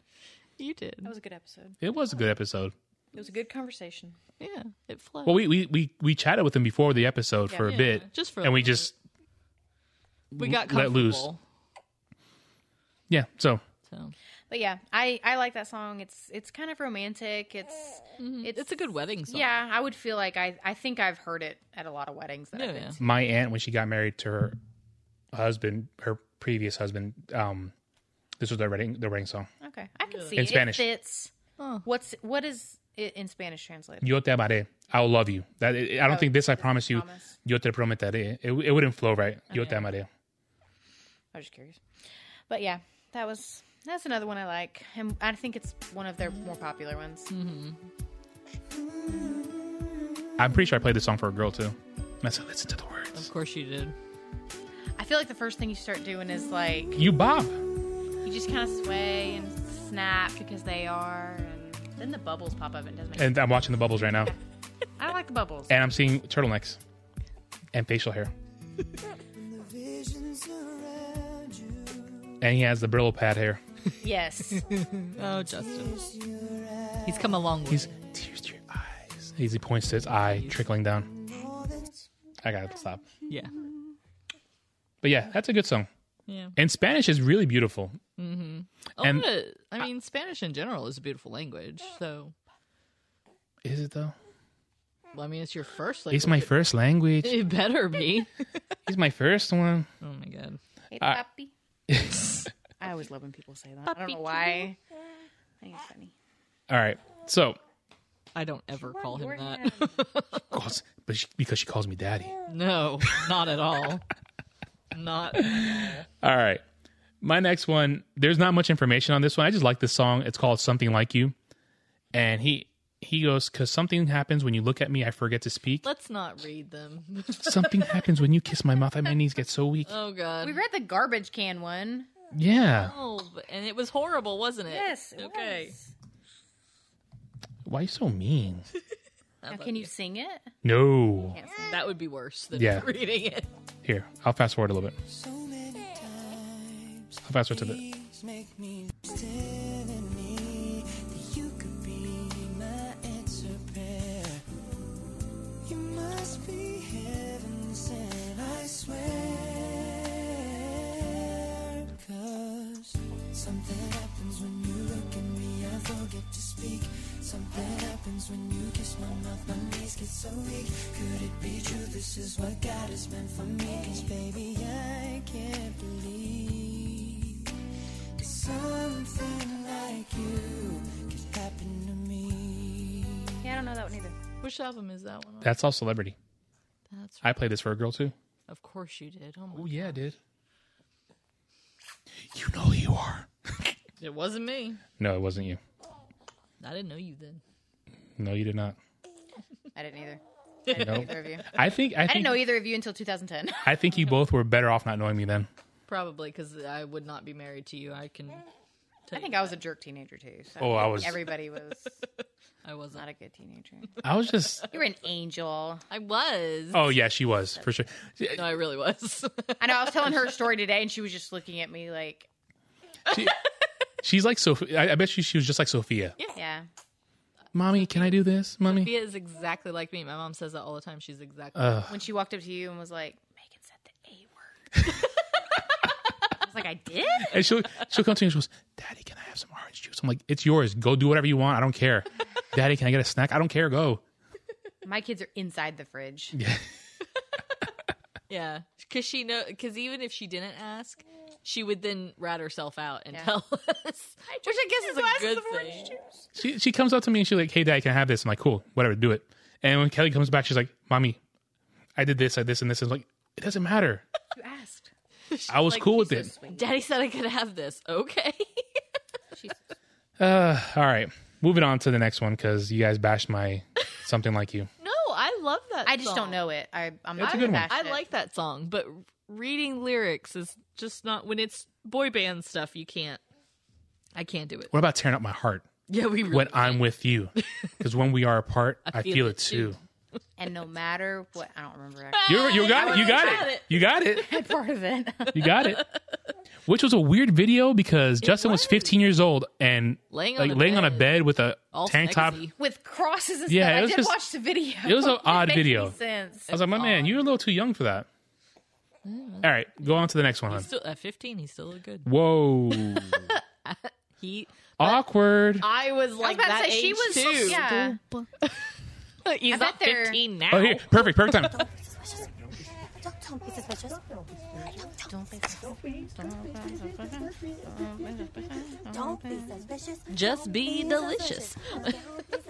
B: You did.
C: That was a good episode.
A: It was a good episode.
C: It was a good conversation.
B: Yeah. It flowed.
A: Well, we we we, we chatted with him before the episode for a
B: Yeah,
A: bit,
B: Just for a
A: and we
B: little
A: just
B: bit. we got
A: let loose.
B: comfortable,
A: yeah. So
B: So
C: But yeah, I I like that song. It's it's kind of romantic. It's
B: Mm-hmm. it's, it's a good wedding song.
C: yeah. I would feel like I I think I've heard it at a lot of weddings. That
B: Yeah,
C: I've been
B: yeah.
C: to.
A: my aunt, when she got married to her husband, her previous husband, um, this was their wedding their wedding song.
B: Mm-hmm.
C: Okay, I can see
A: In
C: it.
A: Spanish.
C: It fits.
B: Oh.
C: What's what is it in Spanish translated?
A: Yo te amaré. I'll love you. That I don't
C: Oh,
A: think this. I promise you.
C: Thomas?
A: Yo te prometeré. It, it wouldn't flow right. Yo te amaré.
C: I was just curious. But yeah, that was that's another one I like, and I think it's one of their more popular ones.
A: I'm pretty sure I played this song for a girl too. And I said, listen to the words.
B: Of course you did.
C: I feel like the first thing you start doing is like
A: You Bob.
C: you just kind of sway and snap because they are, and then the bubbles pop up. And it doesn't make
A: And I'm watching the bubbles right now,
C: I like the bubbles.
A: and I'm seeing turtlenecks and facial hair. And he has the Brillo pad hair.
C: yes.
B: Oh, Justin. He's come a long way.
A: He's tears to your eyes. He he points to his eye trickling down. I gotta stop.
B: yeah.
A: But yeah, that's a good song.
B: Yeah.
A: And Spanish is really beautiful.
B: A
A: And-
B: lot of- I mean, Spanish in general is a beautiful language. So,
A: Is it though?
B: well, I mean, it's your first language.
A: It's my first language.
B: It better be.
A: It's my first one.
B: oh my god.
C: Hey,
A: Uh,
C: puppy. I always love when people say that. I don't know
B: Puppy.
C: why. I think it's funny.
A: All right. So,
B: I don't ever call him
C: Your
B: that.
C: hand.
A: calls- but she, because she calls me daddy.
B: No, not at all. Not.
A: All right. My next one, there's not much information on this one. I just like this song. It's called Something Like You. And he he goes cuz something happens when you look at me, I forget to speak.
B: Let's not read them.
A: something happens when you kiss my mouth, I my knees get so weak.
B: Oh god.
C: We read the garbage can one.
A: Yeah.
B: Oh, but- and it was horrible, wasn't it?
C: Yes. it
B: okay.
C: was.
A: Why you so mean?
B: How
C: Now,
B: about
C: can you
B: you?
C: sing it?
A: No.
C: Can't sing.
B: That would be worse than
A: Yeah.
B: reading it.
A: Here, I'll fast forward a little bit.
D: So many times,
A: I'll fast forward to the
D: please make me telling me that you could be my answer prayer. You must be heaven sent, I swear. 'Cause something happens when you look at me, I forget to speak. Something happens when you kiss my mouth, my knees get so weak. Could it be true? This is what God has meant for me. 'Cause baby, I can't believe that something like you could happen to me.
C: Yeah, I don't know that one either.
B: Which album is that one on?
A: That's all celebrity.
B: That's right.
A: I played this for a girl too.
B: Of course you did. Oh my.
A: Oh yeah, I did. You know who you are.
B: It wasn't me.
A: No, it wasn't you.
B: I didn't know you then.
A: No, you did not.
C: I didn't either.
A: Nope.
C: Either of you.
A: I think I think
C: I didn't know either of you until 2010.
A: I think you both were better off not knowing me then.
B: Probably because I would not be married to you. I can.
C: I think I was a jerk teenager too. So
A: Oh, I was-
C: Everybody was
B: I wasn't.
C: not a good teenager.
A: I was just
C: You were an angel.
B: I was.
A: Oh yeah, she was for sure. She,
B: No, I really was.
C: I know. I was telling her a story today, and she was just looking at me like,
A: she- she's like Sophia. I, I bet you she was just like Sophia.
C: "Yeah,
A: Mommy, can I do this? Mommy.
B: Sophia is exactly like me. My mom says that all the time. She's exactly.
C: when she walked up to you and was like, Megan said the A word. I was like, I did?
A: And she'll she'll come to me and she goes, Daddy, can I have some orange juice? I'm like, it's yours. Go do whatever you want. I don't care. Daddy, can I get a snack? I don't care. Go.
C: My kids are inside the fridge.
B: yeah, because she know. Because even if she didn't ask, she would then rat herself out and
C: Yeah.
B: tell us, which I guess is a good thing.
A: She she comes up to me and she's like, Hey Daddy, can I have this? I'm like, Cool, whatever, do it. And when Kelly comes back, she's like, Mommy, I did this, I did this, and this. And I'm like, it doesn't matter.
C: You asked.
A: I was
B: Like,
A: cool with
B: she's
A: it.
C: So sweet.
B: Daddy said I could have this. Okay.
C: She's
A: Uh, all right. Moving on to the next one because you guys bashed my something like you.
B: no, I love that.
C: I just
B: song.
C: don't know it. I, I'm
A: It's
C: not
A: a good one.
B: I
C: passionate.
B: like that song, but reading lyrics is just not when it's boy band stuff. You can't. I can't do it.
A: What about tearing up my heart
B: Yeah, we really
A: when I'm with you? Because when we are apart, I, feel, it too.
C: And no matter what, I don't remember
A: You, you got it. You got
B: got
A: it.
B: it.
A: You got it.
C: actually part of it.
A: You got it. Which was a weird video because Justin was 15 years old and
B: Laying on
A: like
B: a
A: laying on a
B: bed.
A: bed with a
B: All
A: tank top.
B: sexy.
C: With crosses and
A: Yeah,
C: stuff.
A: it was
C: I did
A: just-
C: watch the video.
A: it was an odd
C: makes any
A: video.
C: sense.
A: I was like, my man, you're a little too young for that. All right, go on to the next one. Hun.
B: Mm-hmm. He's still at 15. He still looked good.
A: Whoa,
B: He.
A: awkward.
B: I was like
C: about to
B: that
C: say,
B: age
C: she was-
B: too.
C: yeah.
B: He's
C: I bet
B: not
C: they're-
B: 15 now.
A: Oh, here, perfect, perfect time.
E: Don't tell me it's suspicious. Don't be suspicious. Don't be suspicious.
B: Just be delicious.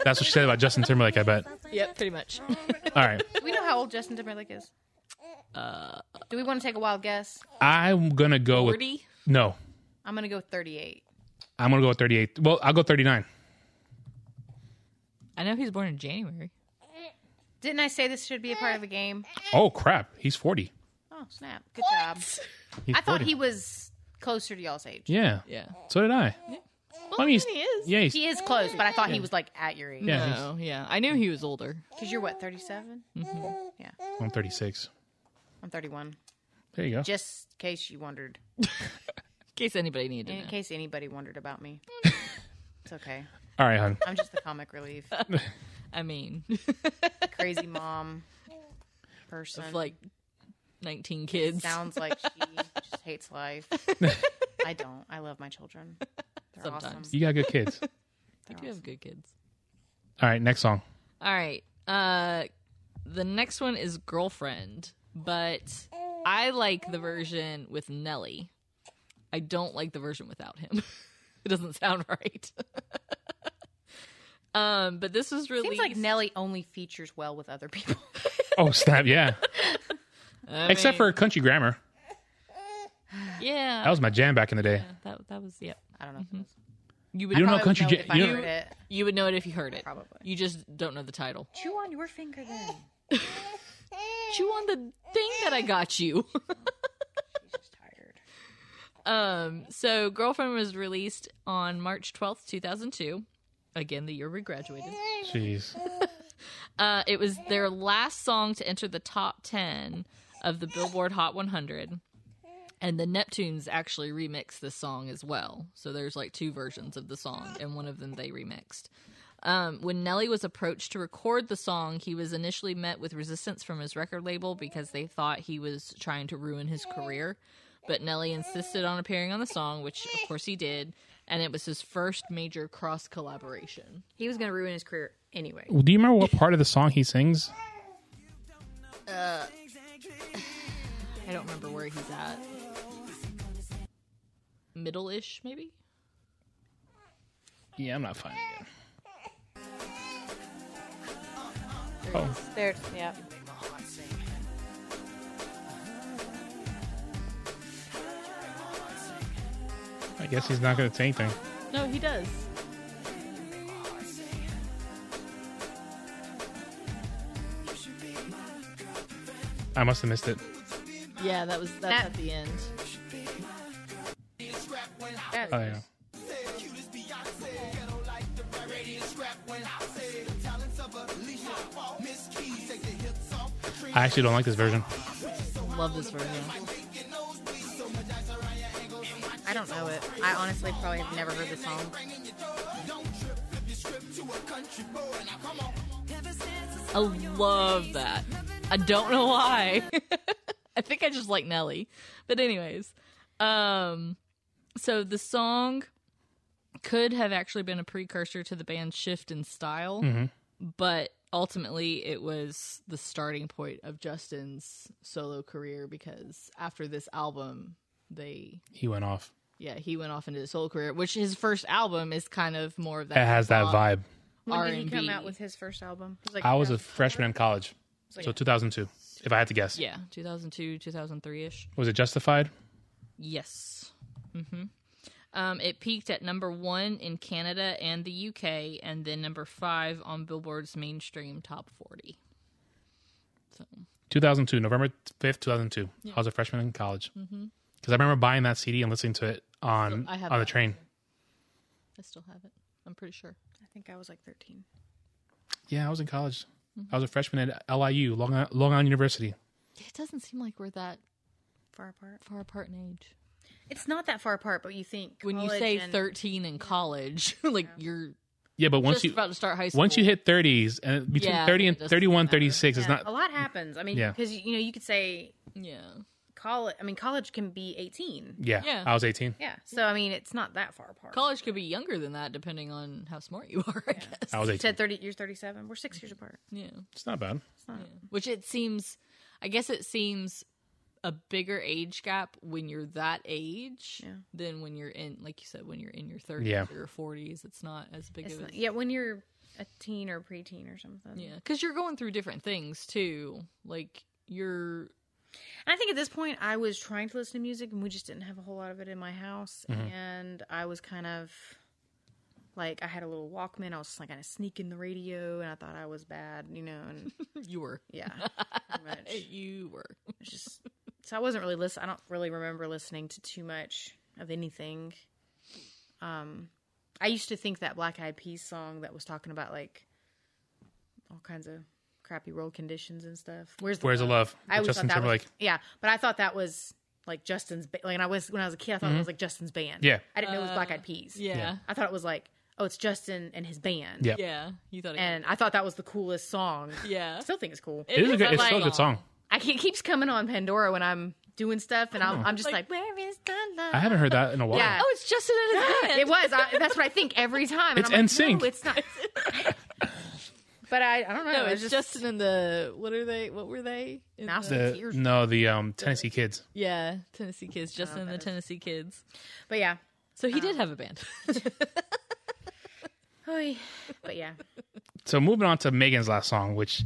A: That's what she said about Justin Timberlake. I bet.
B: Yep, pretty much.
A: All right,
C: Do we know how old Justin Timberlake is?
B: Uh,
C: Do we want to take a wild guess?
A: I'm gonna go with
B: 40.
A: no.
C: I'm going to go 38.
A: I'm gonna go with 38. Well, I'll go 39.
B: I know he's born in January.
C: Didn't I say this should be a part of the game?
A: Oh crap, he's 40.
C: Oh, snap. Good job.
A: He's
C: I thought
A: 40.
C: he was closer to y'all's age.
A: Yeah.
B: Yeah.
A: So did I.
B: Well,
A: I mean,
B: he
A: he's-
B: is.
A: Yeah, he's,
C: He is close, but I thought he was like at your age.
A: yeah. he's-
B: No, Oh, yeah. I knew he was older.
C: Because you're what, 37? Yeah.
A: I'm 36.
C: I'm 31.
A: There you go.
C: Just in case you wondered.
B: In case anybody needed
C: In
B: to know.
C: case anybody wondered about me. it's okay.
A: All right, hon.
C: I'm just the comic relief.
B: I mean,
C: Crazy mom person.
B: like 19 kids.
C: Sounds like she just hates life. I don't. I love my children. They're
B: Sometimes.
C: awesome.
A: You got good kids.
B: I do have good kids.
A: All right, next song.
B: All right. Uh the next one is Girlfriend, but I like the version with Nelly. I don't like the version without him. it doesn't sound right. um, but this was released
C: Seems like Nelly only features well with other people.
A: Oh snap! Yeah.
B: I
A: Except
B: mean,
A: for country grammar.
B: yeah,
A: That was my jam back in the day.
B: that, that was yeah.
C: I don't know.
B: Mm-hmm.
C: If it was.
B: You would
A: You don't know
C: Probably
A: country.
C: would
A: Ja-
C: if I
A: you
C: heard
A: don't-
C: it.
B: you would know it if you heard it.
C: Probably.
B: You just don't know the title.
C: Chew on your finger then.
B: Chew on the thing that I got you.
C: She's just tired.
B: Um, so Girlfriend was released on March 12th, 2002. Again, the year we graduated.
A: Jeez.
B: Uh, it was their last song to enter the top 10 of the Billboard Hot 100. And the Neptunes actually remixed this song as well. So there's like two versions of the song, and one of them they remixed. Um, when Nelly was approached to record the song, he was initially met with resistance from his record label because they thought he was trying to ruin his career. But Nelly insisted on appearing on the song, which of course he did, and it was his first major cross collaboration.
C: He was going to ruin his career anyway.
A: Do you remember what part of the song he sings?
B: I don't remember where he's at. Middle ish, maybe?
A: Yeah, I'm not finding it.
C: There, yeah.
A: I guess he's not gonna say anything.
B: No, he does.
A: I must have missed it.
B: Yeah, that was that's
C: That-
B: at the end.
C: That-
A: Oh yeah. I actually don't like this version.
B: Love this version.
C: I don't know it. I honestly probably have never heard the song.
B: I love that. I don't know why. I think I just like Nelly. But anyways, um so the song could have actually been a precursor to the band's shift in style,
A: Mm-hmm.
B: but ultimately it was the starting point of Justin's solo career because after this album they
A: He went off.
B: yeah, he went off into his solo career, which his first album is kind of more of that
A: It has that
B: pop
A: vibe.
C: When did he come
B: R&B.
C: out with his first album? It was like
A: I was a freshman in college, so 2002. If I had to guess,
B: Yeah, 2002, 2003 ish.
A: was it Justified?
B: Yes. hmm Um, it peaked at number one in Canada and the UK, and then number five on Billboard's mainstream top 40.
A: 2002, November 5th, 2002. I was a freshman in college because I remember buying that CD and listening to it on
B: I have
A: on the
B: that.
A: train.
B: I still have it. I'm pretty sure.
C: I think I was like 13.
A: Yeah, I was in college. I was a freshman at LIU, Long Island, Long Island University.
B: It doesn't seem like we're that
C: Far apart.
B: far apart in age.
C: It's not that far apart, but you think
B: When you
C: college
B: say
C: and-
B: 13 in college, like you're
A: Yeah, but once
B: just
A: you
B: about to start high school.
A: once you hit 30s and between
B: Yeah,
A: 30 and
B: it doesn't
A: 31
B: matter.
A: 36 is
C: Yeah,
A: not
C: a lot happens. I mean,
A: Yeah.
C: because you know you could say
B: yeah,
C: college. I mean, college can be eighteen.
A: yeah,
B: Yeah.
A: I was 18.
C: Yeah. So I mean, it's not that far apart.
B: college could be younger than that, depending on how smart you are. I guess.
A: I was
C: You
A: 18.
C: said thirty. You're thirty-seven. We're six years apart.
B: Yeah.
A: It's not bad.
C: It's not.
B: Yeah. Which it seems, I guess it seems a bigger age gap when you're that age
C: Yeah.
B: than when you're in, like you said, when you're in your 30s
A: Yeah.
B: or your 40s. It's not as big
C: It's
B: of a.
C: not yeah, when you're a teen or preteen or something.
B: Yeah. Because you're going through different things too. Like you're.
C: And I think at this point, I was trying to listen to music, and we just didn't have a whole lot of it in my house.
A: Mm-hmm.
C: And I was kind of like, I had a little Walkman. I was just like kind of sneaking the radio, and I thought I was bad, you know. And
B: You were.
C: yeah, pretty much.
B: You were.
C: It's just so I wasn't really listen. I don't really remember listening to too much of anything. Um, I used to think that Black Eyed Peas song that was talking about like all kinds of crappy road conditions and stuff. Where's the
A: Where's the
C: love?
A: love?
C: I always
A: Justin
C: thought that
A: Timberlake.
C: was yeah, but I thought that was like Justin's. Ba- like and I was when I was a kid, I thought it was like Justin's band.
A: Mm-hmm. Yeah.
C: I didn't know it was Black Eyed Peas.
B: Uh, Yeah.
C: I thought it was like oh, it's Justin and his band.
A: Yeah.
B: Yeah. You thought it
C: and I thought that was the coolest song.
B: Yeah.
C: I still think it's cool.
A: it is a good,
B: I
A: it's still a
B: like-
A: good song.
C: I it keeps coming on Pandora when I'm doing stuff, and I'm, I'm just like, where is the
A: Oh.
C: love?
A: I haven't heard that in a while.
C: Yeah.
B: Oh, it's Justin and his band.
C: It was. I, that's what I think every time.
A: It's
C: and I'm
A: NSYNC.
C: Like, no, it's not. but I, I don't know.
B: No,
C: it's
B: it's
C: just,
B: Justin and the what are they? What were they? In
C: Mouse
B: the-
A: The,
C: Tears.
A: no, the um, Tennessee Kids.
B: yeah, Tennessee Kids. Justin and the Tennessee Kids.
C: But yeah.
B: So he did have a band.
C: Oy. But yeah.
A: So moving on to Megan's last song, which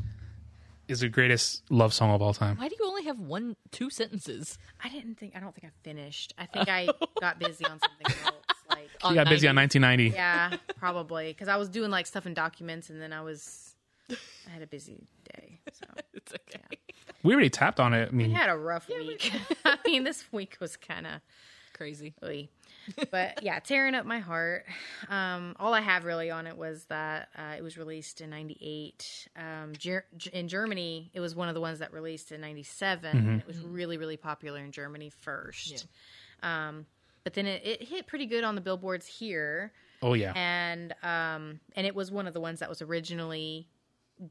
A: is the greatest love song of all time.
B: Why do you only have one, two sentences?
C: I didn't think. I don't think I finished. I think I got busy on something else. Like,
A: She got busy on 1990.
C: yeah, probably because I was doing like stuff in documents, and then I was. I had a busy day. So
B: It's okay.
A: We already tapped on it. I mean,
C: I had a rough week. I mean, this week was kind of.
B: Crazy.
C: Oy. But yeah, tearing up my heart. Um, all I have really on it was that uh, it was released in '98 um, Ger- in Germany. It was one of the ones that released in '97. It was really, really popular in Germany first. Um, but then it, it hit pretty good on the billboards here,
A: oh yeah,
C: and um, and it was one of the ones that was originally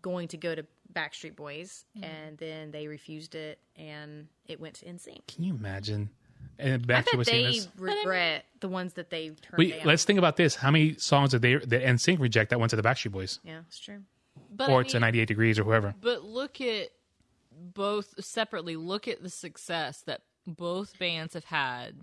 C: going to go to Backstreet Boys, and then they refused it, and it went to NSYNC.
A: can you imagine? And
C: I
A: back to
C: bet
A: what's
C: they
A: this.
C: regret the ones that they turned
A: Wait,
C: down.
A: let's think about this. How many songs did they did NSYNC reject that went to the Backstreet Boys
C: yeah, it's true.
B: But
A: or
B: I
A: to
B: mean,
A: 98 Degrees or whoever?
B: but look at both separately. Look at the success that both bands have had.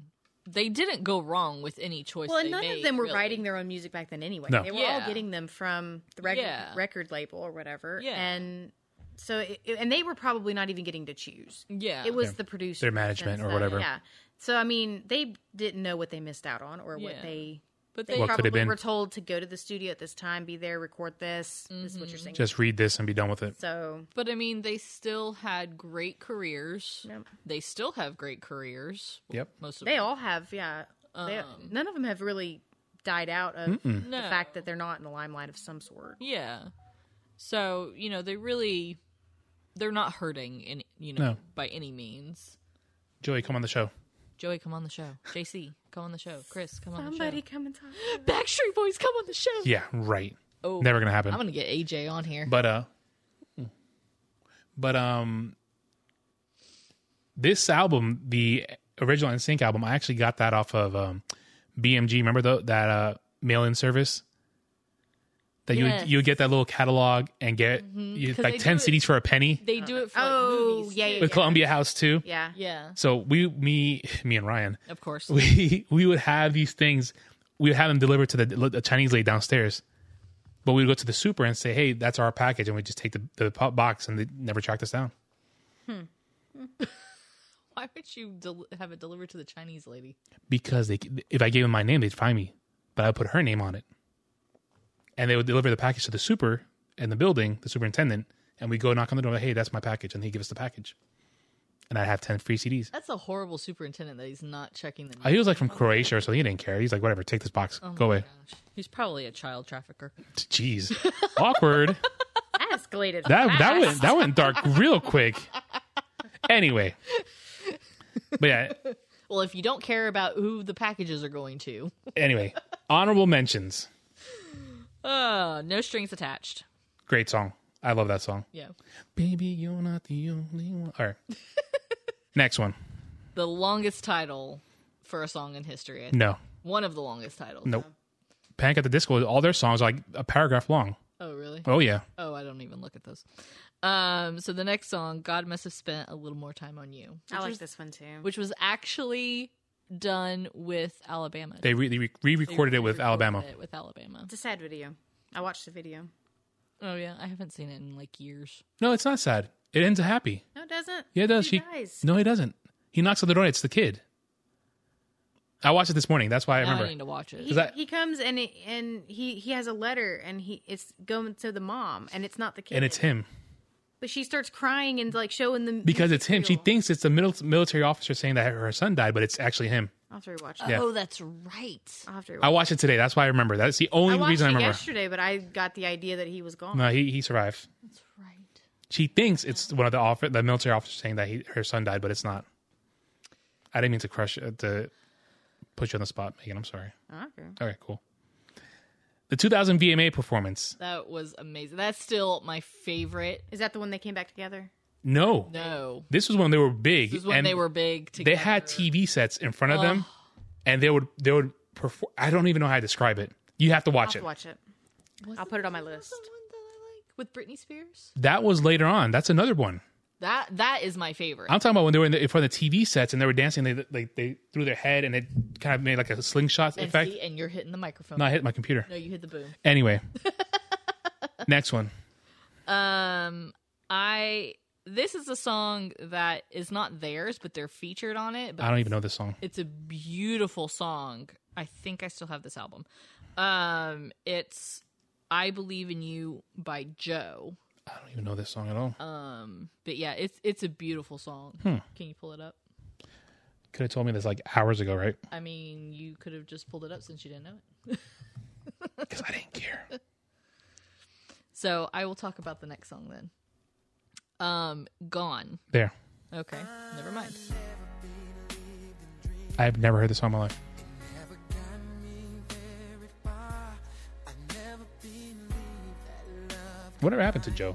B: They didn't go wrong with any choice.
C: Well, and
B: they
C: none
B: made,
C: of them were
B: really.
C: writing their own music back then anyway.
A: No.
C: They were
B: Yeah.
C: all getting them from the reg-
B: Yeah.
C: record label or whatever.
B: Yeah.
C: And so, it, it- and they were probably not even getting to choose.
B: Yeah,
C: It was the producer,
A: Their management or
C: that-
A: whatever.
C: Yeah. So I mean, they didn't know what they missed out on or what
B: Yeah.
C: they.
B: but
C: They
B: they
A: What could have
C: probably
A: been?
C: were told to go to the studio at this time, be there, record this. This is what
B: Mm-hmm.
C: you're saying.
A: Just read this and be done with it.
C: so
B: But I mean, they still had great careers.
C: Yep.
B: They still have great careers.
A: Yep.
B: Most of
C: they
B: them.
C: all have, yeah. they,
B: Um,
C: none of them have really died out of the
B: No.
C: fact that they're not in the limelight of some sort.
B: Yeah. So you know they really, they're not hurting in you know
A: No.
B: by any means.
A: Joey, come on the show.
B: Joey, come on the show. JC, come on the show. Chris, come on
C: Somebody
B: the
C: come and talk.
B: show. Backstreet Boys, come on the show.
A: Yeah, right.
B: Oh,
A: Never gonna happen.
B: I'm gonna get AJ on here.
A: But uh but um this album, the original NSYNC album, I actually got that off of um BMG. Remember tho- that uh mail in service? That you would,
B: Yes. Mm-hmm.
A: you would get that little catalog and get you,
B: 'Cause
A: like
B: they
A: ten
B: do it-
A: CDs for a penny
B: They do it for like,
C: Oh,
B: movies,
C: yeah,
B: too.
C: yeah,
A: with Columbia House too.
C: Yeah.
B: yeah.
A: So we me me and Ryan
B: Of course.
A: we we would have these things we would have them delivered to the, the Chinese lady downstairs, but we would go to the super and say, "Hey, that's our package," and we just take the the po- box and they never tracked us down.
B: Why would you del- have it delivered to the Chinese lady?
A: because they if I gave them my name, they'd find me. But I would put her name on it, and they would deliver the package to the super in the building, the superintendent, and we go knock on the door. Like, hey, that's my package, and he give us the package, and I'd have ten free CDs.
B: That's a horrible superintendent that he's not checking the.
A: Uh, He was like from Croatia, so he didn't care. He's like, whatever, take this box, go away.
B: He's probably a child trafficker.
A: Jeez, awkward.
C: That escalated.
A: That that
C: fast.
A: went that went dark real quick. Anyway, but yeah.
B: Well, if you don't care about who the packages are going to,
A: Anyway, honorable mentions.
B: uh, no strings attached.
A: Great song. I love that song.
B: Yeah.
A: Baby, you're not the only one. All right. Next one.
B: The longest title for a song in history. I think.
A: No.
B: One of the longest titles.
A: Nope. Panic at the Disco. All their songs are like a paragraph long.
B: Oh, really?
A: Oh yeah.
B: Oh, I don't even look at those. Um, so the next song, God Must Have Spent a Little More Time on You,
C: I like this one too.
B: which was actually done with Alabama.
A: They re- they re- re-recorded it with
B: Recorded
A: Alabama.
B: it with Alabama.
C: It's a sad video. I watched the video.
B: Oh, yeah. I haven't seen it in like years.
A: No, it's not sad. It ends happy.
C: No, it doesn't.
A: Yeah, it does.
C: She
A: She
C: dies.
A: No, he doesn't. He knocks on the door. It's the kid. I watched it this morning. That's why I
B: Now
A: remember.
B: I need to watch it.
C: He,
A: that-
C: he comes and he, and he he has a letter and he it's going to the mom and it's not the kid
A: and it's him
C: But she starts crying and like showing them
A: because it's him. She thinks it's the middle, military officer saying that her son died, but it's actually him.
C: I'll have to rewatch
A: Yeah.
C: that.
B: Oh, that's right.
C: I'll have to rewatch.
A: I watched it today. That's why I remember. That's the only
C: I watched
A: reason I
C: it
A: remember.
C: yesterday, but I got the idea that he was gone.
A: No, he he survived.
B: That's right.
A: She thinks it's one of the officer, the military officers saying that he, her son died, but it's not. I didn't mean to crush uh, to put you on the spot, Megan. I'm sorry.
C: Okay.
A: All right, cool. The 2000 VMA performance.
B: That was amazing. That's still my favorite.
C: Is that the one they came back together?
A: No,
B: No.
A: this was when they were big.
B: This is when
A: and
B: they were big
A: they
B: together.
A: had TV sets in front of them, and they would they would perform. I don't even know how to describe it. You have to
C: I'll
A: watch
C: have
A: it.
C: to watch it.
B: Was
C: I'll put it on my list.
B: the one that I like with Britney Spears.
A: That was later on. That's another one.
B: That that is my favorite.
A: I'm talking about when they were in, the, in front of the TV sets and they were dancing. They like they threw their head and it kind of made like a slingshot
B: and,
A: effect.
B: see, and you're hitting the microphone.
A: No, I hit my computer.
B: no, you hit the boom.
A: Anyway, next one.
B: Um, I this is a song that is not theirs, but they're featured on it. But
A: I don't even know this song.
B: It's a beautiful song. I think I still have this album. Um, it's "I Believe in You" by Joe.
A: I don't even know this song at all.
B: Um, but yeah, it's it's a beautiful song. Can you pull it up?
A: Could have told me this like hours ago, right?
B: I mean, you could have just pulled it up since you didn't know it.
A: Because I didn't care.
B: So I will talk about the next song then. Um, gone.
A: There.
B: Okay, never mind.
A: I have never heard this song in my life.
D: never got me very far. I never believed that love
A: Whatever happened to Joe?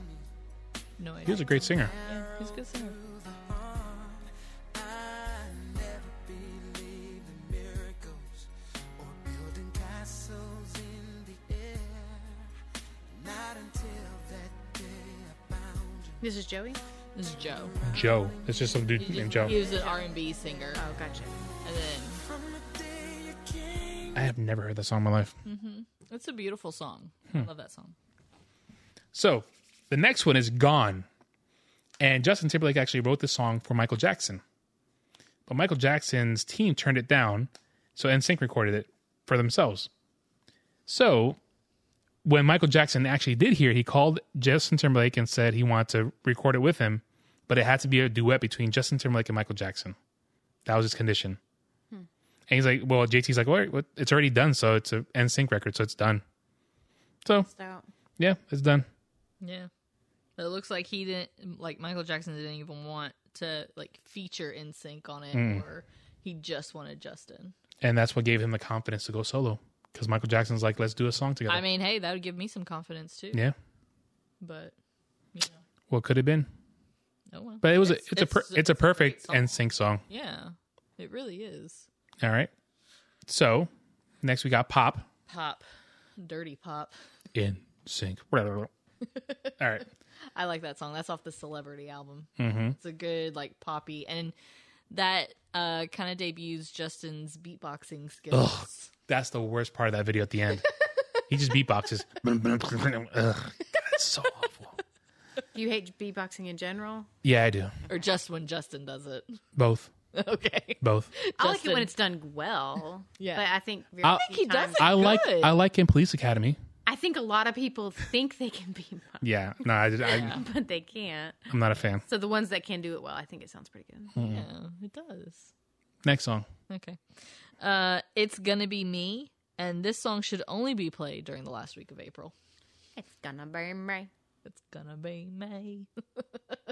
B: No idea.
A: He was a great singer.
B: Yeah, he's a good singer.
D: I never believed in miracles or building castles in the air. Not until that day I found you.
C: This is Joey.
B: This is Joe.
A: Joe. It's just some dude
B: He,
A: named
B: just,
A: Joe.
B: he was an R and B singer,
C: Oh, gotcha.
B: and then
D: From the day you came,
A: I have never heard this song in my life.
B: it's a beautiful song.
A: Hmm.
B: I love that song.
A: So the next one is Gone. And Justin Timberlake actually wrote this song for Michael Jackson. But Michael Jackson's team turned it down, so NSYNC recorded it for themselves. So when Michael Jackson actually did hear it, he called Justin Timberlake and said he wanted to record it with him, but it had to be a duet between Justin Timberlake and Michael Jackson. That was his condition. And he's like, well, JT's like, well, what- it's already done, so it's a NSYNC record, so it's done. So
C: So
A: yeah, it's done.
B: Yeah, it looks like he didn't like Michael Jackson didn't even want to like feature in sync on it,
A: Hmm.
B: or he just wanted Justin.
A: and that's what gave him the confidence to go solo because Michael Jackson's like, let's do a song together.
B: I mean, hey, that would give me some confidence too.
A: yeah,
B: But
A: what could have been,
B: oh well.
A: but it was a, it's, a per, it's a perfect
B: great song.
A: NSYNC song.
B: yeah, it really is
A: All right, so next we got Pop
B: pop, dirty pop.
A: in sync. All right,
B: I like that song. That's off the Celebrity album.
A: Mm-hmm.
B: It's a good like poppy, and that uh, kind of debuts Justin's beatboxing skills.
A: that's the worst part of that video at the end. he just beatboxes. Ugh, God, it's so awful.
C: do you hate beatboxing in general?
A: Yeah, I do
B: Or just when Justin does it.
A: both,
B: okay.
A: both.
C: I like it
B: Justin.
C: when it's done well.
B: Yeah.
C: but I think very
A: I- I
C: few
A: think
B: he does
C: times-
B: it.
A: I like
B: Good.
A: I like in Police Academy.
C: I think a lot of people think they can beatbox,
A: Yeah, no, I, I,
C: but they can't.
A: I'm not a fan.
C: So the ones that can do it well, I think it sounds pretty good.
B: Yeah, it does.
A: Next song.
B: Okay. Uh, it's gonna be me, and this song should only be played during the last week of April.
C: It's gonna burn bright.
B: It's gonna be me.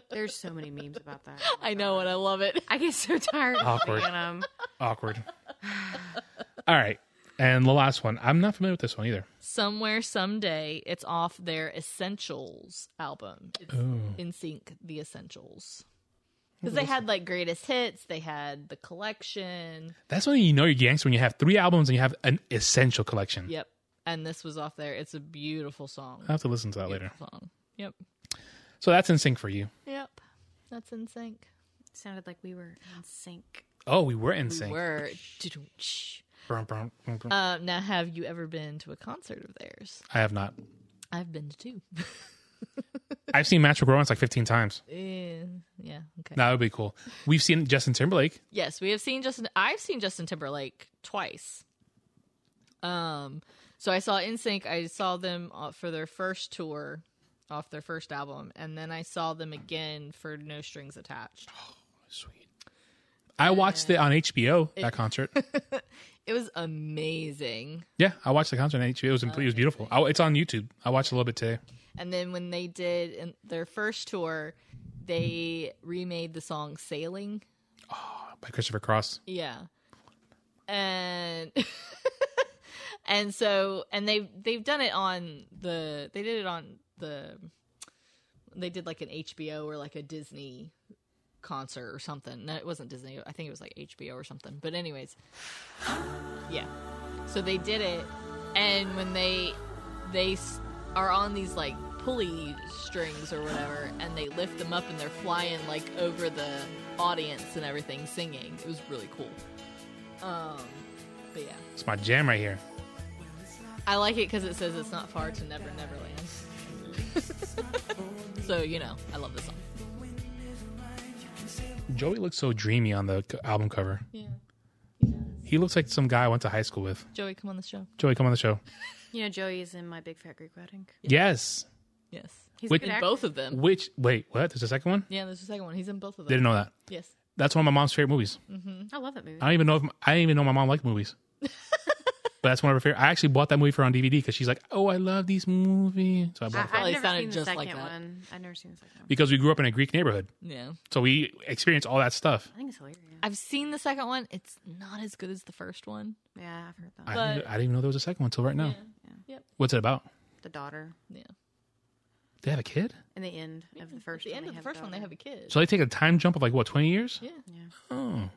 C: There's so many memes about that.
B: I know, and I love it.
C: I get so tired of
A: Awkward.
C: seeing them.
A: Awkward. All right. And the last one. I'm not familiar with this one either.
B: Somewhere, someday, it's off their Essentials album. It's In Sync, the Essentials. Because they had like greatest hits, they had the collection.
A: That's when you know you're gangster when you have three albums and you have an essential collection.
B: Yep. And this was off there. It's a beautiful song.
A: I'll have to listen to that later.
B: Beautiful song. Yep.
A: So that's in sync for you.
B: Yep. That's in sync.
C: Sounded like we were in sync.
A: Oh, we were in sync.
B: Word.
A: Brum, brum, brum, brum.
B: Uh, now, have you ever been to a concert of theirs?
A: I have not.
B: I've been to two.
A: I've seen Match Growance like 15 times.
B: Eh, yeah. Okay.
A: That would be cool. We've seen Justin Timberlake.
B: Yes, we have seen Justin. I've seen Justin Timberlake twice. Um, so I saw NSYNC. I saw them uh, for their first tour, off their first album, and then I saw them again for No Strings Attached.
A: Sweet. I watched it on HBO, that concert.
B: It was amazing.
A: yeah, I watched the concert on HBO. It was, it was beautiful. I, it's on YouTube. I watched a little bit today.
B: And then when they did in their first tour, they remade the song "Sailing."
A: by Christopher Cross.
B: Yeah. And and so and they they've done it on the they did it on the they did like an HBO or like a Disney concert or something. No, it wasn't Disney. I think it was like HBO or something. But anyways. Yeah. So they did it and when they they s- are on these like pulley strings or whatever and they lift them up and they're flying like over the audience and everything singing it was really cool um but yeah
A: It's my jam right here.
B: i like it because it says it's not far to never never land so you know i love this song
A: Joey looks so dreamy on the c- album cover.
B: yeah
A: He looks like some guy I went to high school with.
B: joey come on the show
A: Joey, come on the show.
C: You know, Joey is in my Big Fat Greek Wedding.
A: Yes.
B: yes
C: He's
A: Wait,
C: a good
A: in
B: in
C: actor.
B: both of them
A: Which, wait, what? There's a second one?
B: yeah there's a second one he's in both of them
A: Didn't know that.
B: yes
A: That's one of my mom's favorite movies.
C: I love that movie.
A: I don't even know if I didn't even know my mom liked movies. but that's one of her favorite. I actually bought that movie for her on DVD because she's like, "Oh, I love these movies." So I bought it.
B: probably
C: I, have never
B: sounded
C: seen the
B: just
C: second
B: like that.
C: one. I've never seen the second one.
A: because we grew up in a Greek neighborhood,
B: yeah
A: so we experienced all that stuff.
C: I think it's hilarious.
B: i've seen the second one it's not as good as the first one
C: Yeah, I've heard that.
A: I, didn't,
B: But-
A: I didn't even know there was a second one until right now.
B: Yep.
A: What's it about?
C: the daughter.
B: yeah
A: They have a kid,
C: In the end of the
B: at
C: first
B: the
C: one,
B: end
C: they
B: of the
C: have a
B: first one they
C: daughter.
B: have a kid
A: so they take a time jump of like what twenty years.
B: yeah
A: Oh,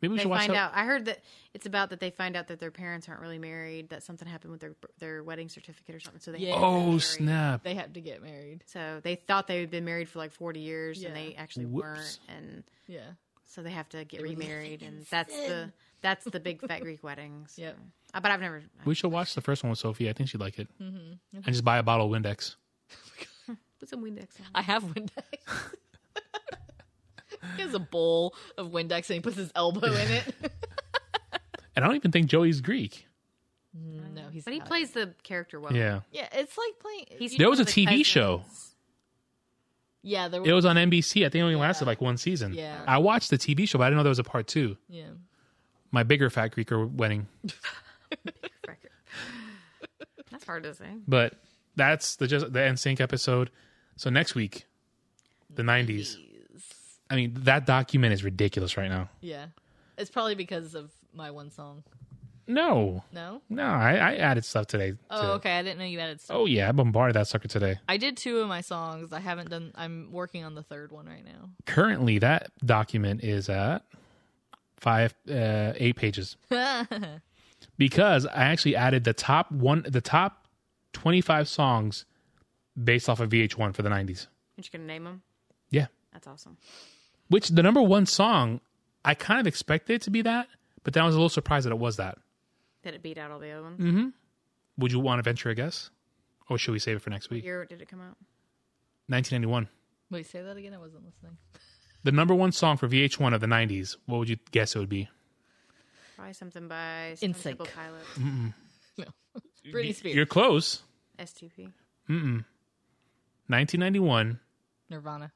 A: maybe we
C: They
A: should watch
C: find
A: that.
C: out. I heard that it's about that they find out that their parents aren't really married. That something happened with their their wedding certificate or something. So they
B: Yeah.
C: have to get
A: Oh
C: married.
A: snap!
B: they have to get married
C: So they thought they had been married for like forty years, and
B: Yeah.
C: they actually
A: Whoops.
C: weren't, and
B: yeah
C: so they have to get remarried, and that's the that's the big fat Greek wedding. So.
B: Yep.
C: Uh, But I've never.
A: We should watch the first one with Sophie. I think she'd like it.
B: Mm-hmm.
A: And just buy a bottle of Windex.
C: Put some Windex on.
B: I have Windex. he has a bowl of Windex and he puts his elbow in it.
A: And I don't even think Joey's Greek.
B: no, he's.
C: But he
B: not.
C: plays the character
B: Uh-huh.
C: well.
A: Yeah,
B: Yeah, it's like playing.
C: He's
A: There was
C: one
A: a
C: of the
A: TV show.
C: cousins.
B: yeah, there was.
A: it was on NBC. I think it only lasted like one season.
B: Yeah.
A: I watched the TV show, but I didn't know there was a part two.
B: yeah,
A: My bigger fat Greeker wedding.
C: Record. That's hard to say.
A: But that's the just the NSYNC episode. So next week, the nineties. I mean, that document is ridiculous right now.
B: yeah. It's probably because of my one song.
A: No,
B: No.
A: no, I, I added stuff today.
B: Oh,
A: to-
B: okay. I didn't know you added stuff.
A: Oh yeah, I bombarded that sucker today.
B: I did two of my songs. I haven't done. I'm working on the third one right now.
A: Currently, that document is at five, uh, eight pages. because I actually added the top one, the top twenty-five songs based off of VH1 for the nineties.
C: You're just gonna name them.
A: Yeah.
C: That's awesome.
A: which the number one song i kind of expected it to be that but then i was a little surprised that it was that
C: Did it beat out all the other ones?
A: Mm-hmm. would you want to venture a guess or should we save it for next week
C: Year did it come out?
A: 1991
B: Wait, say that again. I wasn't listening.
A: the number one song for vh1 of the 90s what would you guess it would be
C: Probably something by
B: In
C: Stone Temple
B: Sync.
C: Pilots,
A: Mm-hmm.
B: Britney Spears,
A: you're close
C: STP.
A: 1991
B: Nirvana.